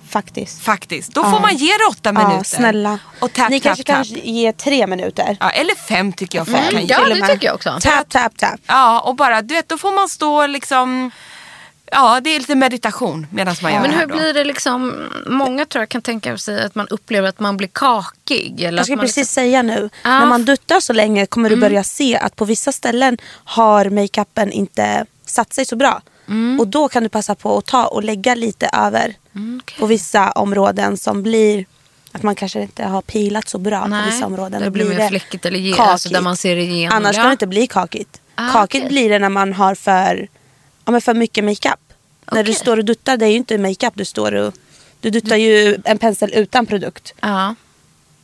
Faktiskt. Faktiskt. Då får man ge det åtta minuter. Ja, snälla. Och tap, ni tap, kanske tap. kan ge tre minuter. Ja, eller fem tycker jag. Fem. kan Mm, ge. ja, Till och det med. tycker jag också. Tap, tap, tap. ja, och bara du vet, då får man stå liksom... Ja, det är lite meditation medan man gör Men det här hur då. blir det liksom, många tror jag kan tänka sig att man upplever att man blir kakig. Eller Jag att skulle man liksom- precis säga nu, Ja. Mm. när man duttar så länge kommer du börja se att på vissa ställen har makeupen inte satt sig så bra. Mm. Och då kan du passa på att ta och lägga lite över Mm, på vissa områden som blir att man kanske inte har pilat så bra Nej, på vissa områden. där Då blir mer fläckigt eller ge- alltså där kakigt. man ser igenom, Annars ja. kan det inte bli kakigt. Ah, kakigt okej. blir det när man har för, ja, men för mycket makeup. När du Okej. står och duttar, det är ju inte makeup du står och... Du duttar ju en pensel utan produkt. liksom- Ja.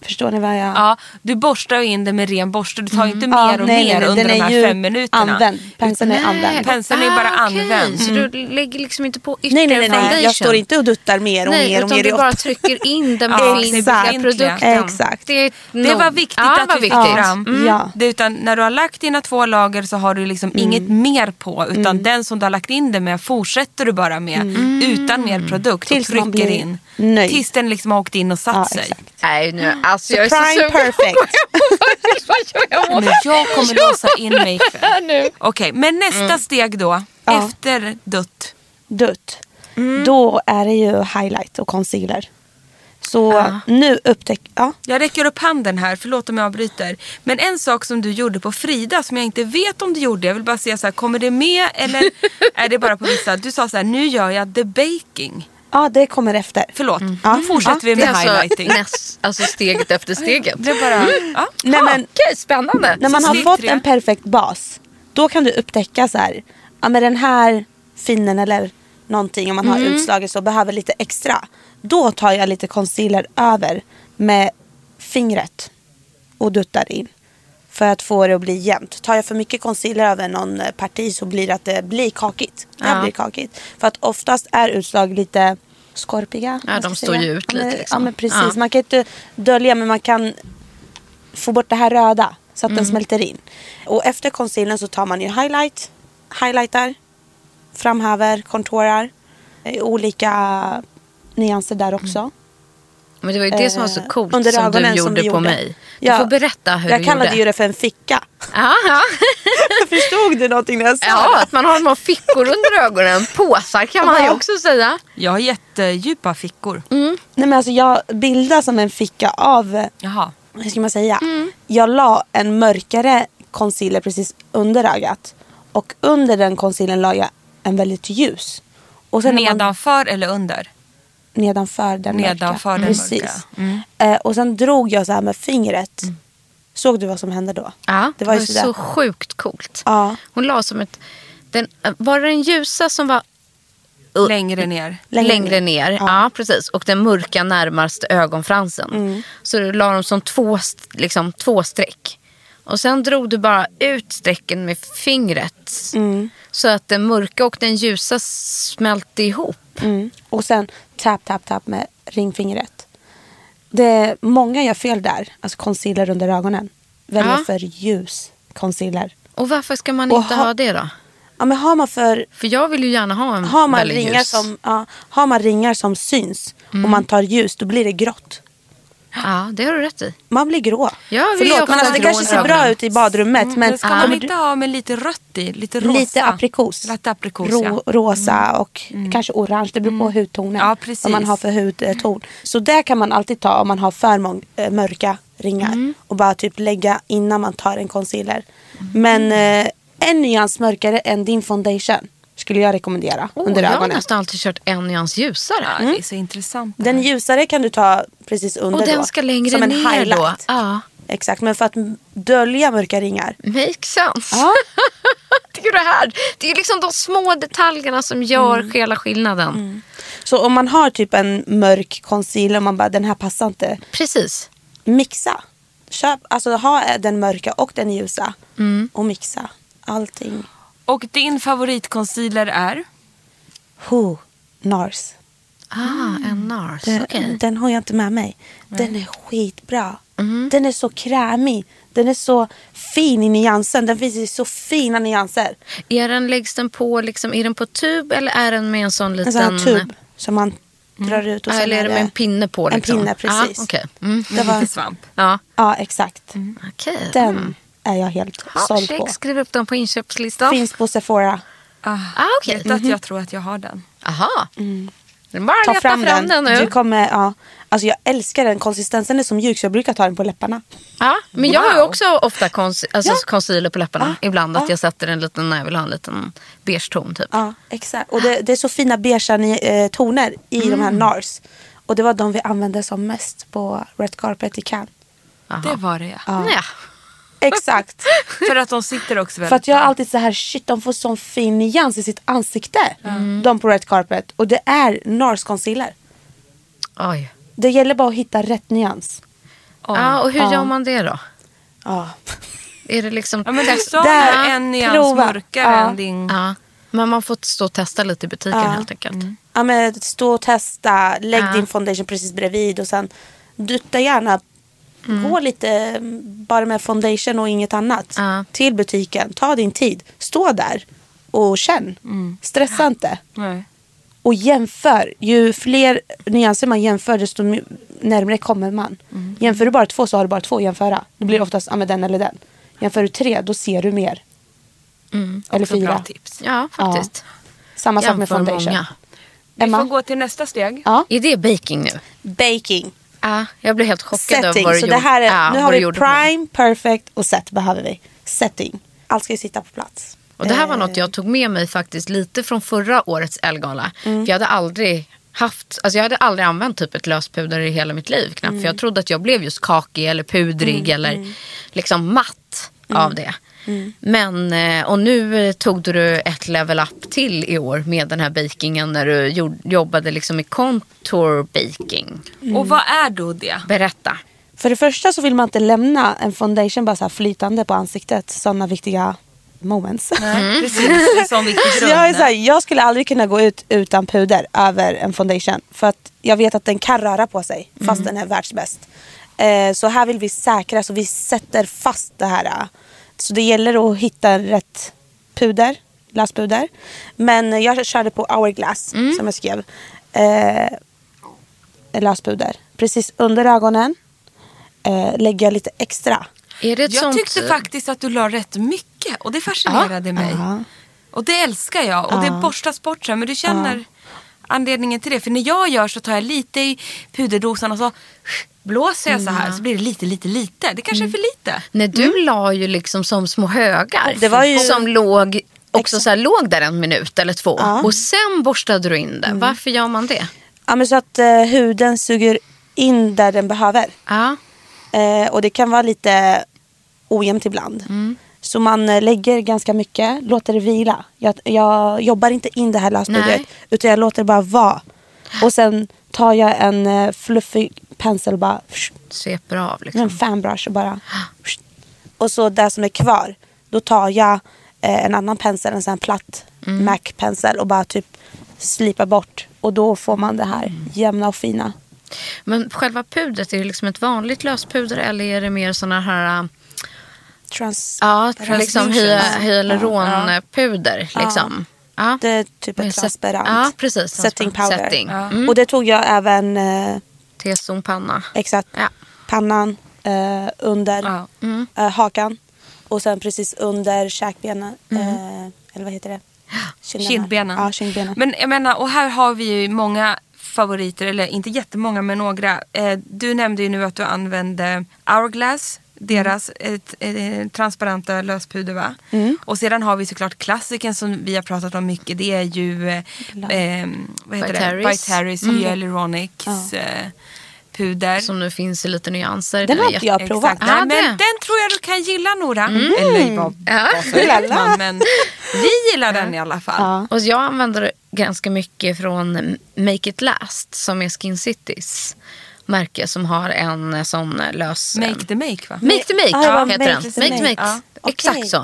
Förstår ni vad jag... Ja, du borstar ju in det med ren borste. Du tar ju inte Mm. Ja, mer och nej, mer nej, nej, under den de är här ju fem minuterna. Använd. Penseln är använd. Ah, Penseln är bara Ah, okej. använd. Mm. Så du lägger liksom inte på ytterligare Nej, nej, nej, nej. Jag står inte och duttar mer och Nej, mer och utan mer du i bara åt. trycker in den Ja, befintliga exakt. produkten. Exakt. Det, är Det var nog- viktigt ja, att var du fick viktigt. fram. Mm. Ja. Mm. Det, utan när du har lagt dina två lager så har du liksom inget mer på. Utan den som du har lagt in det med fortsätter du bara med utan mer produkt. Mm. Tills och man trycker blir in. nöjd. Tills den liksom har åkt in och satt Ja, sig. exakt. Nej, nu, alltså jag är så Prime sugen på att perfect. börja- jag mår Men jag kommer låsa in mig ikväll. här nu. Okej, men nästa steg då. Ja. Efter dutt. Dutt. Mm. Då är det ju highlight och concealer. Så nu upptäck... Ja. Jag räcker upp handen här, förlåt om jag avbryter. Men en sak som du gjorde på Frida som jag inte vet om du gjorde. Jag vill bara säga så här, kommer det med eller är det bara på vissa? Du sa så här, nu gör jag the baking. ja, det kommer efter. Förlåt, nu fortsätter Det vi med är alltså, highlighting. näst, alltså steget efter steget. Det är bara, ja. Mm. Nej, Ah, men, Okej, spännande. när man så har steg fått tre. en perfekt bas, då kan du upptäcka så här, ja men den här finnen eller någonting om man Mm. har utslaget så behöver lite extra. Då tar jag lite concealer över med fingret och duttar in. För att få det att bli jämnt. Tar jag för mycket concealer över någon eh, parti så blir det att det blir kakigt. Det blir kakigt. För att oftast är utslag lite skorpiga. Ja, vad de ska står jag ju säga. ut ja, men, lite, liksom. Ja, men precis. Ja. Man kan inte dölja men man kan få bort det här röda så att Mm. den smälter in. Och efter concealern så tar man ju highlight, highlightar, framhäver, contourar. eh, Olika nyanser där också. Men det var ju Mm. det som var så Eh, coolt under som du ögonen gjorde som vi på gjorde. mig. Du Ja. får berätta hur jag du kallade gjorde. ju det för en ficka. Ja, ja. Förstod du någonting när jag sa ja, det? att man har små fickor under ögonen. Påsar kan man ju Ja. också säga. Jag har jättedjupa fickor. Nej, men alltså, jag bildade som en ficka av, eh, Jaha. hur ska man säga? Jag la en mörkare concealer precis under ögat. Och under den concealern la jag en väldigt ljus. Och sen när man- Nedanför eller under? nedanför den Nedanför mörka. den Precis. mörka. Eh, och sen drog jag så här med fingret. Såg du vad som hände då? Ja, det var ju sådär. så sjukt coolt. Ja. Hon la som ett... Den, var det den ljusa som var Uh. Längre ner. Längre längre, ner? Ja. precis. Och den mörka närmast ögonfransen. Mm. Så du la dem som två, st- liksom, två streck. Och sen drog du bara ut strecken med fingret. Mm. Så att den mörka och den ljusa smälte ihop. Mm. Och sen tap, tap, tap med ringfingret. Det, många gör fel där, alltså concealer under ögonen. Väljer Ja. för ljus concealer. Och varför ska man Och inte ha- ha det då? Ja, men har man för För jag vill ju gärna ha en Mm, har man väldigt ringar ljus. som, ja, har man ringar som syns Mm. och man tar ljus då blir det grått. Ja, det har du rätt i. Man blir grå. Ja, vi är Förlåt, ofta men alltså, det grå kanske i ser bra ögonen. ut i badrummet Ah. men Mm, Men ska man kommer inte ha med lite rött i? Lite du, rosa? lite aprikos. Lite aprikos, Ro, ja. Mm. Rosa och kanske orange. Det beror på hudtonen. Ja, precis. Vad man har för hudton. Så där kan man alltid ta om man har för mång, eh, mörka ringar. Mm. Och bara typ lägga innan man tar en concealer. Men Mm. eh, en nyans mörkare än din foundation skulle jag rekommendera Oh, under jag har ögonen. nästan alltid kört en nyans ljusare. Ja, Det är så intressant. Mm. Den ljusare kan du ta precis under Och då, den ska längre som en ner highlight. då. Ah. Ja, Exakt, men för att dölja mörka ringar. makes sense. Ja. det, är det, här. det är liksom de små detaljerna som gör Mm. hela skillnaden. Så om man har typ en mörk concealer och man bara den här passar inte. Precis. Mixa. Köp, alltså ha den mörka och den ljusa. Mm. Och mixa allting. Och din favoritconcealer är? Who? Nars. Ah, en NARS. Den, Okej. den har jag inte med mig. Den är skitbra. Mm. Den är så krämig. Den är så fin i nyansen. Den finns i så fina nyanser. Är den, läggs den på, liksom, är den på tub eller är den med en sån Alltså, En liten... sån här tub som man drar ut. Och Ah, sen eller är det med en pinne på? En Liksom? pinne, precis. Ah, okej. mm. Det var, Lite svamp. ja. ja, exakt. Mm. Okej. Den är jag helt Ja, såld check. på. Skriv upp dem på inköpslistan. Finns på Sephora. Ah, Ah, okej. Vet du Mhm. att jag tror att jag har den? Aha. Det är bara att Mm. Ta leta fram, den, nu. Du kommer, ja. Alltså jag älskar den. Konsistensen är som mjuk så jag brukar ta den på läpparna. Ja, men jag har ju också ofta cons- alltså Ja. concealer på läpparna Ja, ibland. ja. Att jag sätter en liten när jag vill ha en liten beige ton typ. Ja, exakt. Och det, det är så fina beiga ni- eh, toner i de här NARS. Och det var de vi använde som mest på Red Carpet i Cannes. Aha. Det var det ja. Nej. Exakt. För att de sitter också väldigt För att jag har alltid så här, shit de får sån fin nyans i sitt ansikte. De på Red Carpet. Och det är NARS concealer. Oj. Det gäller bara att hitta rätt nyans. Ja, och hur gör man det då? Ja. Är det liksom Ja, men du test? sa Där, ju en nyans prova. mörkare Ja. än din... Ja. Men man får stå och testa lite i butiken helt enkelt. Ja, men stå och testa, lägg Ja. din foundation precis bredvid och sen dutta gärna. Gå lite mm, bara med foundation och inget annat Ja. till butiken. Ta din tid, stå där och känn. Stressa inte. Nej. Och jämför. Ju fler nyanser man jämför desto my- närmare kommer man. Jämför du bara två så har du bara två att jämföra. Då blir det oftast ja, men den eller den. Jämför du tre då ser du mer. Eller Så bra fyra. tips. Ja, faktiskt. Samma sak med Jämför foundation. många. Vi Emma? får gå till nästa steg. Ja. Är det baking nu? Baking. Ja, jag blev helt chockad över setting. vad du Så gjorde. det här är, Ja, nu vad har du vi gjorde för mig. prime, perfect och set behöver vi. Setting. Allt ska ju sitta på plats. Och Det här var Eh, något jag tog med mig faktiskt lite från förra årets Elgala. Mm. För jag hade aldrig haft, alltså jag hade aldrig använt typ ett löspuder i hela mitt liv Mm. knappt. För jag trodde att jag blev just kakig eller pudrig eller liksom matt Mm, av det. Men, eh, och nu eh, tog du ett level up till i år med den här bakingen när du gjord- jobbade liksom i contour baking. Och vad är då det? Berätta. För det första så vill man inte lämna en foundation bara så här flytande på ansiktet. Sådana viktiga moments. Mm. Nej, Precis, det är en sån viktig Så jag, är grund. så här, jag skulle aldrig kunna gå ut utan puder över en foundation. För att jag vet att den kan röra på sig fast den är världsbäst. Eh, så här vill vi säkra så vi sätter fast det här. eh. Så det gäller att hitta rätt puder, glasspuder. Men eh, jag körde på hourglass som jag skrev. Eh, löspuder. Precis under ögonen eh, lägger jag lite extra. Är det ett Jag sånt... tyckte faktiskt att du la rätt mycket och det fascinerade mig. Och det älskar jag och det borstas bort sen men du känner anledningen till det. För när jag gör så tar jag lite i puderdosan och så blåser jag så här Mm. så blir det lite, lite, lite. Det Mm. kanske är för lite. Nej, du la ju liksom som små högar. Det var ju- Som låg, också Exakt. så här, låg där en minut eller två. Och sen borstade du in det. Mm. Varför gör man det? Ja, men så att eh, huden suger in där den behöver. Ja. Eh, och det kan vara lite ojämnt ibland. Så man eh, lägger ganska mycket, låter det vila. Jag, jag jobbar inte in det här lösbudget Nej. utan jag låter det bara vara. Och sen tar jag en eh, fluffig pensel och bara psh, Sveper av med liksom. en fanbrush och bara psh. Och så det som är kvar, då tar jag eh, en annan pensel, en sån här platt MAC-pensel och bara typ slipar bort. Och då får man det här jämna och fina. Men själva pudret, är det liksom ett vanligt löspuder eller är det mer såna här... Trans... Ja, liksom hy- transmissions. Ja. hyaluronpuder. Liksom. Ja. Det är typ Med ett set- transparent. Ja, precis. Setting powder. Setting. Ja. Mm. Och det tog jag även, eh, T-zonpanna. exakt, Ja. pannan, eh, under Ja. eh, hakan och sen precis under käkbenen. Eh, eller vad heter det? Kinderna. Kindbenen. Ja, kindbenen. Men jag menar, och här har vi ju många favoriter, eller inte jättemånga men några. Eh, du nämnde ju nu att du använde Hourglass, deras ett, eh, transparenta löspuder va? Och sedan har vi såklart klassiken som vi har pratat om mycket. Det är ju eh, eh, vad heter det? Vitaris. Vitaris Hyaluronics eh, puder. Som nu finns i lite nyanser. Den är har inte jag jätte- provat. Nej, Ah, men det. Mm. den tror jag du kan gilla Nora. Eller vad, Ja. vad som helst, man, men vi gillar den i alla fall. Och jag använder ganska mycket från Make It Last som är Skin Cities märke som har en eh, sån eh, lös... eh, Make the make va? Make the Make Ah, det var heter Make den. the Make the Make. Make. Ja. Okej. Exakt så.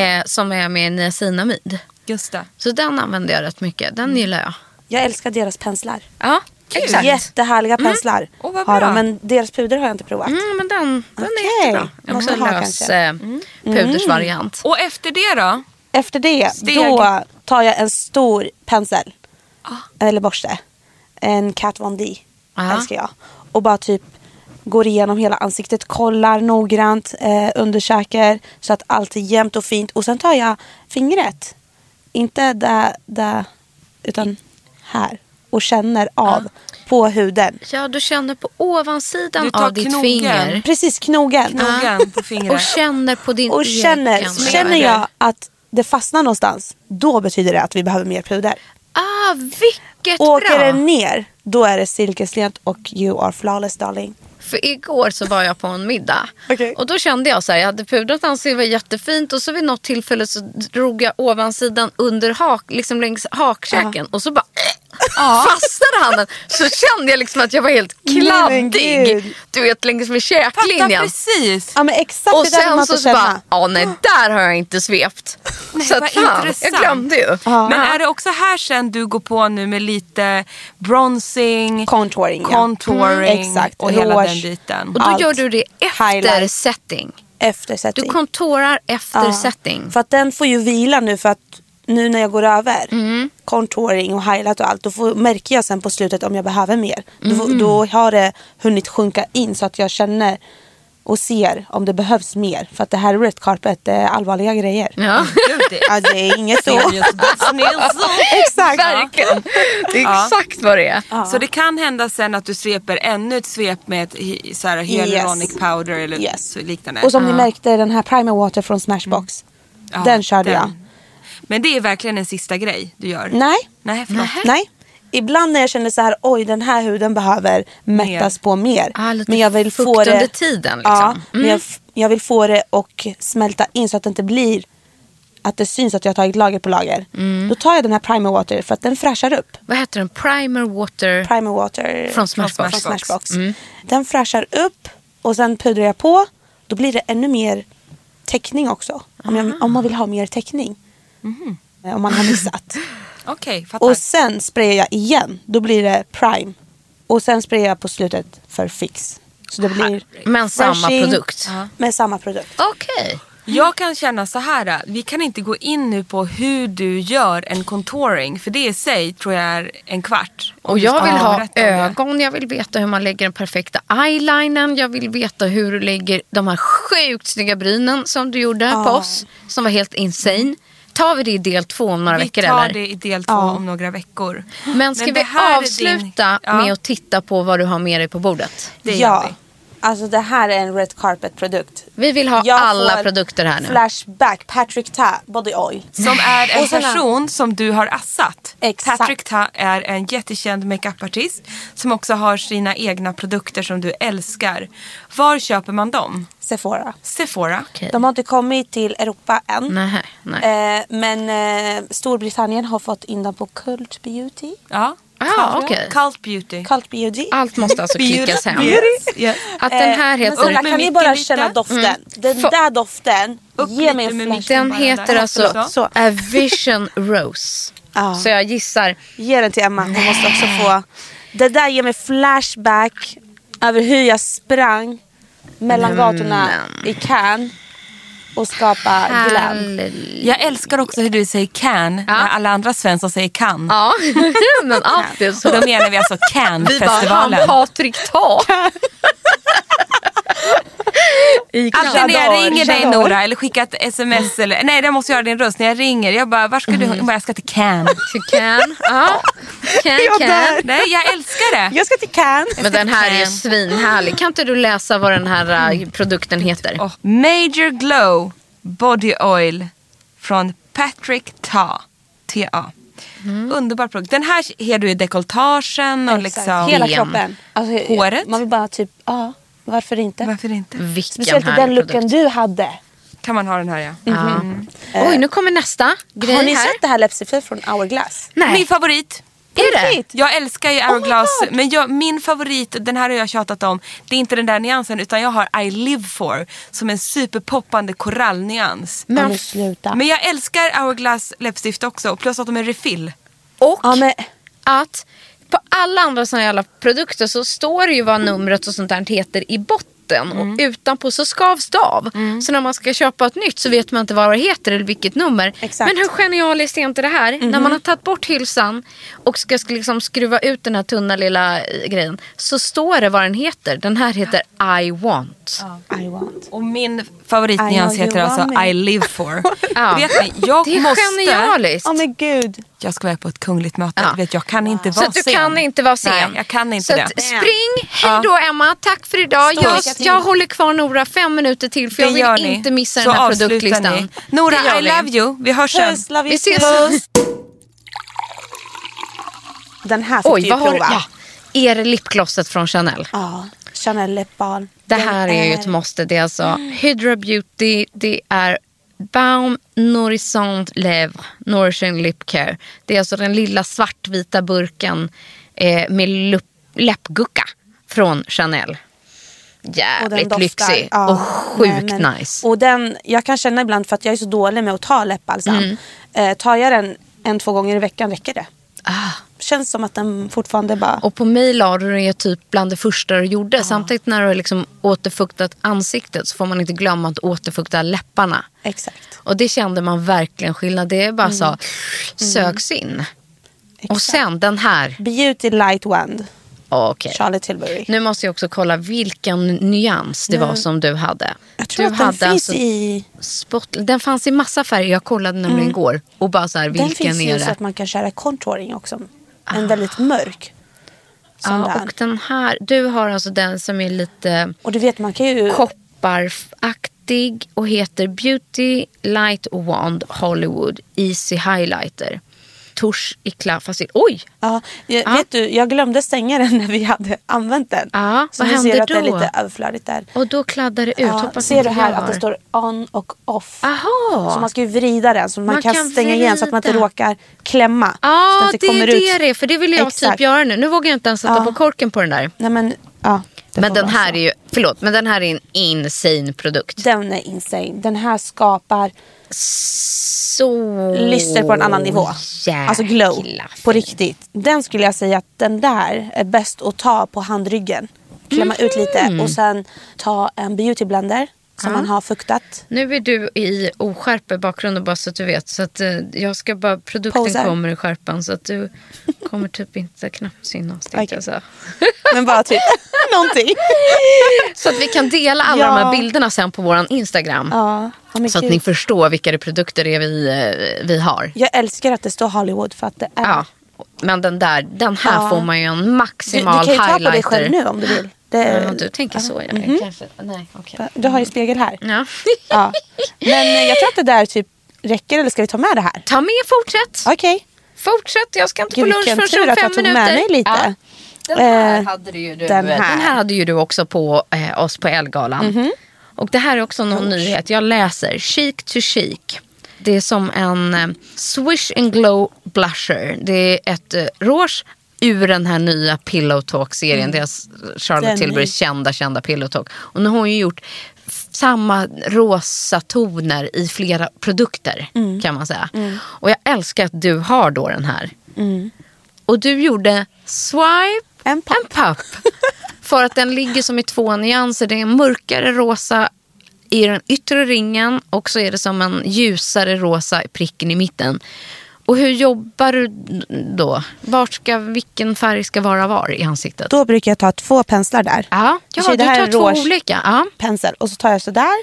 Eh, som är med niacinamid. Just det. Så den använder jag rätt mycket. Mm. Den gillar jag. Jag älskar deras penslar. Ja, kul. Exakt. Jättehärliga penslar Åh, vad har bra. de, men deras puder har jag inte provat. Mm, men den, den Okej. är jättebra. Också Måste en ha lös kanske. Mm. eh, pudersvariant. Och efter det då? Efter det, Steg. då tar jag en stor pensel. Eller borste. En Kat Von D. Ja. Älskar jag. Och bara typ går igenom hela ansiktet, kollar noggrant, eh, undersöker så att allt är jämnt och fint. Och sen tar jag fingret. Inte där, där utan här. Och känner av på huden. Ja, du känner på ovansidan Du tar av ditt knogen. finger. Precis, knogen. Ah. Noggrann på fingret. Och känner på din Och känner, egen- känner jag att det fastnar någonstans, då betyder det att vi behöver mer puder. Ah, vilket Åker bra! den ner, då är det silkeslent och you are flawless darling. För igår så var jag på en middag. Okej. Och då kände jag så här, jag hade pudrat ansiktet, det var jättefint. Och så vid något tillfälle så drog jag ovansidan under hak, liksom längs hakkäken. Och så bara äh, fastnade handen. Så kände jag liksom att jag var helt Nej, men kladdig. gud. Du vet längs med Fattar käklinjen. precis. Ja men exakt Och det där sen man så, får så bara, känna. ja nej där har jag inte svept. så vad att fan, jag intressant. glömde ju. Men är det också här sen du går på nu med lite bronzing, Contouring, ja. contouring Mm, exakt. och hela den Rouge. biten? Och då Allt. gör du det efter Highlight. setting. Efter setting. Du kontorar efter Ja. setting. För att den får ju vila nu för att nu när jag går över contouring och highlight och allt då får, märker jag sen på slutet om jag behöver mer. Då, får- då har det hunnit sjunka in så att jag känner och ser om det behövs mer. För att det här red carpet det är allvarliga grejer. Ja. Gud, det är Ja, det är inget så. genius business. Exakt. Verkligen. Det är exakt vad det är. Så det kan hända sen att du sveper ännu ett svep med ett hy- så här, hyaluronic Yes. powder eller Yes. så liknande. Och som ni märkte den här primer water från Smashbox. Ja, Mm. den körde jag. Men det är verkligen en sista grej du gör? Nej. Nej, förlåt. Äh? Nej. Ibland när jag känner så här, oj den här huden behöver mättas Mer. på mer. Ah, lite fukt under tiden, liksom. Ja, Mm. men jag, f- jag vill få det och smälta in så att det inte blir att det syns att jag har tagit lager på lager. Mm. Då tar jag den här primer water för att den fräschar upp. Vad heter den? Primer water. Primer water Från Smashbox. Mm. Från Smashbox. Den fräschar upp och sen pudrar jag på. Då blir det ännu mer täckning också. Om, Ah. jag, om man vill ha mer täckning. Mm. Eh, Om man har missat. Okej, fattar. Och sen sprayar jag igen. Då blir det prime. Och sen sprayar jag på slutet för fix. Så det blir Men samma freshing produkt. Med samma produkt. Okej. Jag kan känna så här, äh, vi kan inte gå in nu på hur du gör en contouring för det i sig tror jag är en kvart. Om Och du jag ska vill ha berätta om det. ögon, jag vill veta hur man lägger den perfekta eyelinen, jag vill veta hur du lägger de här sjukt snygga brynen som du gjorde på oss, som var helt insane. Tar vi det i del två om några Vi veckor tar eller? det i del två om några veckor. Men ska det vi här är din- avsluta Ja, med att titta på vad du har med dig på bordet? det gör ja. vi. Alltså det här är en red carpet produkt. Vi vill ha Jag alla får produkter här nu. Flashback, Patrick Ta, Body Oil. Som är en Och sen- person som du har assat. Exakt. Patrick Ta är en jättekänd makeupartist som också har sina egna produkter som du älskar. Var köper man dem? Sephora. Sephora. De har inte kommit till Europa än. Nej, nej. Eh, men eh, Storbritannien har fått in dem på Cult Beauty. Ja. Ja, Ah, okej. Cult Beauty. Cult Beauty. Allt måste alltså klickas hem. Beauty. Yeah. Att den här Eh, men heter... snälla, Upp med kan ni micken bara lite. känna doften? Den Få- där doften Upp ger mig lite med en flash. micken. Den heter Där. alltså Förlåt, så. A Vision Rose. Ja. Så jag gissar. Ge den till Emma. Hon måste också få. Det där ger mig flashback över hur jag sprang mellan gatorna i Cannes och skapa glam. Jag älskar också hur du säger can när alla andra svenskar säger kan. Ja, men ja, det är så. Och då menar vi alltså Vi bara, han Cannes-festivalen. Patrik ta. I Alltid när jag Chador, ringer dig Chador. Nora eller skickar ett Mm. sms eller nej jag måste göra din röst när jag ringer. Jag bara var ska du? Hon bara, jag ska till Cannes. Can. Ja. Can, Jag can. dör. Nej jag älskar det. Jag ska till Cannes. Men den här är ju svinhärlig. Kan inte du läsa vad den här Mm. eh, produkten heter? Och Major Glow Body Oil från Patrick Ta. T-A. Mm. Underbar produkt. Den här ser du i dekolletagen och liksom... Hela ben. kroppen. Alltså, Håret. Man vill bara typ, ja, varför inte? Varför inte? Vilken Speciellt i härlig den looken produkt. du hade. Kan man ha den här ja. Ja. Oj, nu kommer nästa grej Har ni här. sett det här läppstiftet från Hourglass? Min Nej, favorit. är det? Jag älskar Oh ju Hourglass God. men jag, min favorit, den här har jag tjatat om, det är inte den där nyansen utan jag har I live for som en superpoppande korallnyans. Men Men- nu sluta. Men jag älskar Hourglass läppstift också plus att de är refill. Och ja, men, att på alla andra såna jävla produkter så står det ju vad numret och sånt där heter i botten. Mm. Och utanpå så skavs det av. Så när man ska köpa ett nytt så vet man inte vad det heter eller vilket nummer. Exakt. Men hur genialiskt är inte det här? Mhm. När man har tagit bort hylsan och ska sk- liksom skruva ut den här tunna lilla eh, grejen. Så står det vad den heter. Den här heter I want. I want. Och min favoritnyans I know you heter want alltså me. I live for. Ja. Vet ni, jag Det är måste... genialiskt. Ja men gud. Jag ska vara på ett kungligt möte. Ja. Vet, jag kan inte Så vara att du sen. kan inte vara sen. Nej, jag kan inte så det. Att eh, spring. Hej då Emma. Tack för idag. Stort Jag, lycka till. jag håller kvar Nora fem minuter till för Det jag gör vill ni. inte missa Så den här avslutar produktlistan. ni. Nora, I love you. Vi hörs sen. Puss, love Vi you ses. puss. Den här fick Oj, vi vad har du? prova. Ja. Är det lipglosset från Chanel? Ja, Chanel läppbarn. Det Den här är ju ett måste. Det är alltså Hydra Beauty. Det är Baum Nourrissant Lèvre Nourishing Lip Care. Det är alltså den lilla svartvita burken eh, med lup- läppgucka från Chanel. och den Jävligt doftar. lyxig Ja, och sjukt nej, men- nice. Och den, jag kan känna ibland för att jag är så dålig med att ta läppbalsam. Mm. Eh, tar jag den en, två gånger i veckan räcker det. Ah. Känns som att den fortfarande bara... Och på mig la du det typ bland det första du gjorde. Samtidigt när du har liksom återfuktat ansiktet så får man inte glömma att återfukta läpparna. Exakt. Och det kände man verkligen skillnad. Det är bara Mm. så söks in. Och sen den här. Beauty light wand. Okej. Charlotte Tilbury. Nu måste jag också kolla vilken nyans det var som du hade. jag tror du att den finns alltså i... Mm. spot- den fanns i massa färger. Jag kollade nämligen igår. Och bara så här, Den vilken finns är ju så det? att man kan köra contouring också. En väldigt mörk. Sån Ja, där. Ah, och den här. Du har alltså den som är lite... Och du vet man kan ju... kopparaktig och heter Beauty Light Wand Hollywood Easy Highlighter. Tusch i klaff. Fast det, oj! Ja, jag, Ah. Vet du, jag glömde stänga den när vi hade använt den. Ja, så Ah, vad nu ser hände du att det är då? lite överflödigt där. Och då kladdar det ut. Ja, Hoppas ser inte du här jag att det har. står on och off. Aha. Så man ska ju vrida den så man, Man kan, kan stänga igen så att man inte vrida. råkar klämma. så Ja, att det är det det är. För det vill jag Exakt. typ göra nu. Nu vågar jag inte ens sätta Ja. på korken på den där. Nej, men, ja, det Men får den vara här så. är ju, förlåt, men den här är en insane produkt. Den är insane. Den här skapar Så lyster på en annan nivå. Jäkla alltså glow. På fin. riktigt. Den skulle jag säga att den där är bäst att ta på handryggen. Klämma ut lite och sen ta en beautyblender som man har fuktat. Nu är du i oskärpe bakgrunden bara så att du vet. Så att eh, jag ska bara, produkten Posar. kommer i skärpan så att du kommer typ inte knappt synas. tänkte jag säga. Men bara typ någonting. Så att vi kan dela alla Ja. de här bilderna sen på våran Instagram. Ja, ja, men Så att gud. ni förstår vilka det produkter det är vi, eh, vi har. Jag älskar att det står Hollywood för att det är... Ja. Men den där, den här Ja. får man ju en Du, du maximal kan ju ta på highlighter. dig själv nu Mhm. om du vill. Det, Ja, du tänker så ja. Kanske. Nej, okej. Du har ju spegel här. Ja. Ja. Men eh, jag tror att det där typ räcker eller ska vi ta med det här? Ta med fortsätt. Okej. Fortsätt, jag ska inte Gud, på lunch vilken förrän tur om att fem jag tog minuter. med mig lite. Ja. Den här Eh, hade ju du, den den här. Mhm. här. hade ju du också på eh, oss på Elgalan. Och det här är också någon nyhet. Jag läser Chic to Chic. Det är som en eh, Swish and Glow Blusher. Det är ett eh, rouge ur den här nya Pillow Talk-serien. Deras Mm. Den är- Charlotte Tilburys kända, kända Pillow Talk. Och nu har hon ju gjort f- samma rosa toner i flera produkter Mm. kan man säga. Och jag älskar att du har då den här. Och du gjorde swipe En papp. en papp. För att den ligger som i två nyanser. Det är en mörkare rosa i den yttre ringen och så är det som en ljusare rosa pricken i mitten. Och hur jobbar du då? Vart ska, vilken färg ska vara var i ansiktet? Då brukar jag ta två penslar där. ja, ja Så du det här tar är två rouge. olika. Ja. Pensel. Och så tar jag sådär.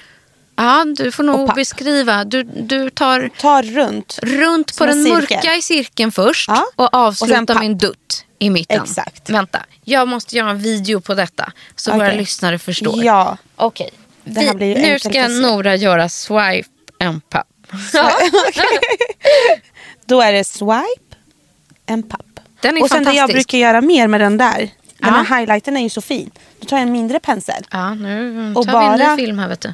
ja, du får Och nog papp. beskriva. Du, du tar Tar runt. runt på Som den en cirkel. mörka i cirkeln först Ja. och Och sen avsluta papp. med en dutt i mitten. Exakt. Vänta, jag måste göra en video på detta så våra Okej. lyssnare förstår. Ja. Okej, Det här Vi- blir ju nu enkelt ska att se. Nora göra swipe and pop. Då är det swipe, en papp. Den är och sen det jag fantastisk. brukar göra mer med den där. Den Ja. här highlighten är ju så fin. Då tar jag en mindre pensel. Ja, nu tar Och vi en bara- ny film här vet du.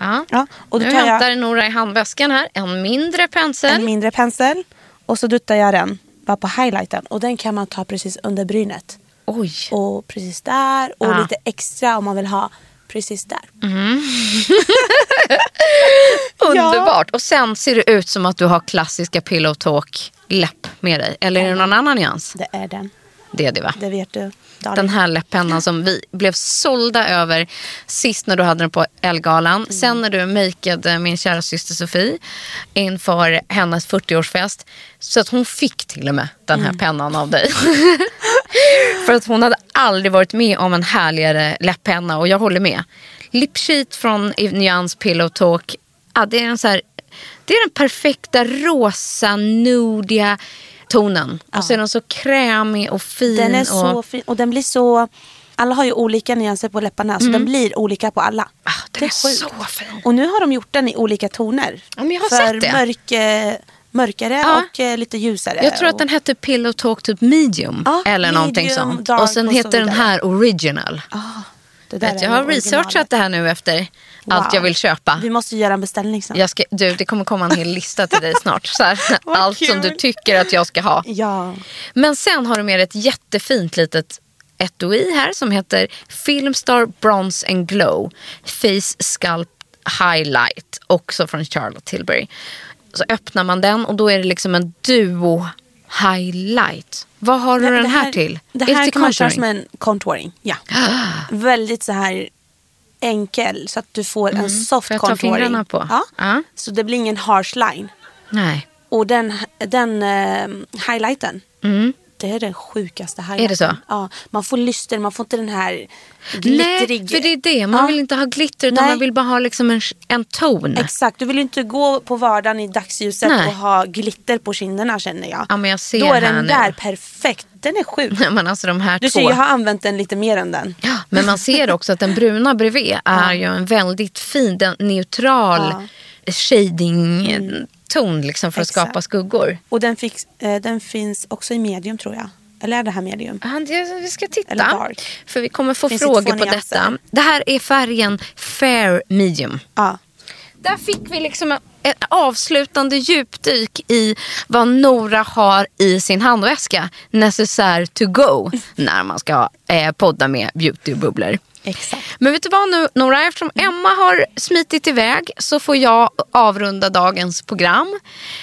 Ja. Ja, och då nu tar jag- hämtar Nora i handväskan här en mindre pensel. En mindre pensel. Och så duttar jag den bara på highlighten. Och den kan man ta precis under brynet. Oj. Och precis där. Och Ja. lite extra om man vill ha precis där. Underbart. Och sen ser det ut som att du har klassiska pillow talk läpp med dig. Eller är det någon annan nyans? Det är den. Det är det va? Det vet du. Den darling. här läpppennan som vi blev sålda över sist när du hade den på Elgalan. Mm. Sen när du makeade min kära syster Sofie inför hennes 40-årsfest. Så att hon fick till och med den Mm. här pennan av dig. För att hon hade aldrig varit med om en härligare läpppenna och jag håller med. Lip sheet från Nyans Pillow Talk. Ja, det, är en så här, det är den perfekta rosa, nudiga tonen. Och så är den så krämig och fin. Den är och... så fin. Och den blir så... Alla har ju olika nyanser på läpparna. Så den blir olika på alla. Mm. Ah, den Det är sjukt. så fin. Och nu har de gjort den i olika toner. Ja, men jag har För sett det. Mörk, eh, mörkare Ja. och eh, lite ljusare. Jag tror att den hette Pillow Talk typ medium. Ja, eller någonting medium, sånt. dark Och sen och så heter den vidare. här original. Det där Vet, är jag har ju originalet. researchat det här nu efter allt jag vill köpa. Vi måste göra en beställning sen. Jag ska, du, det kommer komma en hel lista till dig snart. Så här, Vad allt som du kul. tycker att jag ska ha. Ja. Men sen har du med dig ett jättefint litet etui här som heter Filmstar Bronze and Glow Face Sculpt Highlight, också från Charlotte Tilbury. Så öppnar man den och då är det liksom en duo highlight. Vad har du Men den det här, till? Det är det här till kan man köra contouring? som en contouring. Ja. Väldigt så här enkel så att du får en Mm. soft Får jag ta contouring. fingrarna på? Ja. Ja. Så det blir ingen harsh line. Nej. Och den, den eh, highlighten. Det är den sjukaste highlighten. Mm. så? Ja, man får lyster, man får inte den här Nej, glittriga... för det är det. Man Ja. vill inte ha glitter utan Nej. man vill bara ha liksom en, en ton. Exakt, du vill ju inte gå på vardagen i dagsljuset Nej. och ha glitter på kinderna känner jag. Ja, men jag ser Då här är den nu. där perfekt. Den är sjuk. Nej, men alltså de här Du två. ser, jag har använt den lite mer än den. Ja, Men man ser också att den bruna bredvid är ju en väldigt fin, den neutral shading-ton liksom för att Exakt. skapa skuggor. Och den, fick, eh, den finns också i medium tror jag. Eller är det här medium? Ja, det- Vi ska Eller titta, dark. för vi kommer få Finns det frågor två på nyanser? detta. Det här är färgen Fair Medium. Ja. Där fick vi liksom ett avslutande djupdyk i vad Nora har i sin handväska. Necessär to go när man ska eh, podda med beautybubblor. Exakt. Men vet du vad nu Nora, eftersom Mm. Emma har smitit iväg så får jag avrunda dagens program.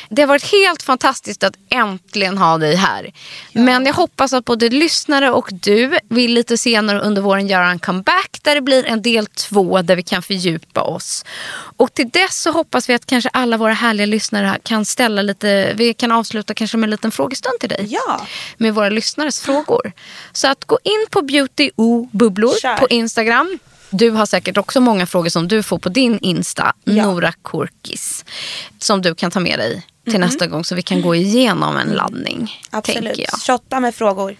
Det har varit helt fantastiskt att äntligen ha dig här. Men jag hoppas att både lyssnare och du vill lite senare under våren göra en comeback där det blir en del två där vi kan fördjupa oss. Och till dess så hoppas vi att kanske alla våra härliga lyssnare kan ställa lite, vi kan avsluta kanske med en liten frågestund till dig. Ja. Med våra lyssnares frågor. Så att gå in på beauty o bubblor Kör. på Instagram. Du har säkert också många frågor som du får på din Insta, Nora Korkis. Som du kan ta med dig till nästa gång så vi kan gå igenom en laddning. Absolut. Tänker jag. 28 med frågor.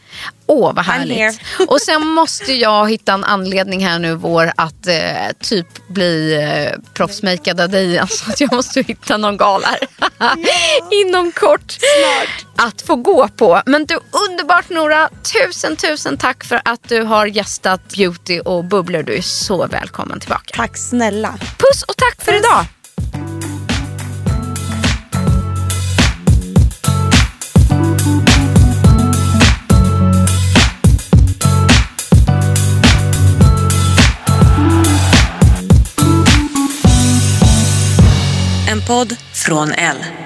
Åh, vad here. härligt. Och sen måste jag hitta en anledning här nu vår att eh, typ bli eh, proffsmakead av dig igen. Så att jag måste hitta någon gala här. Inom kort. Att få gå på. Men du, underbart Nora. Tusen, tusen tack för att du har gästat Beauty och Bubblor. Du är så välkommen tillbaka. Tack snälla. Puss och tack för idag. En podd från L. Hey,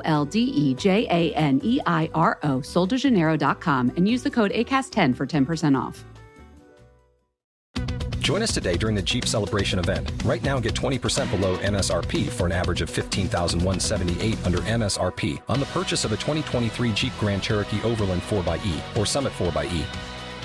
L D E J A N E I R O, soldejaneiro.com, and use the code ACAST10 for 10% off. Join us today during the Jeep Celebration event. Right now, get 20% below MSRP for an average of 15178 under MSRP on the purchase of a 2023 Jeep Grand Cherokee Overland 4xE or Summit 4xE.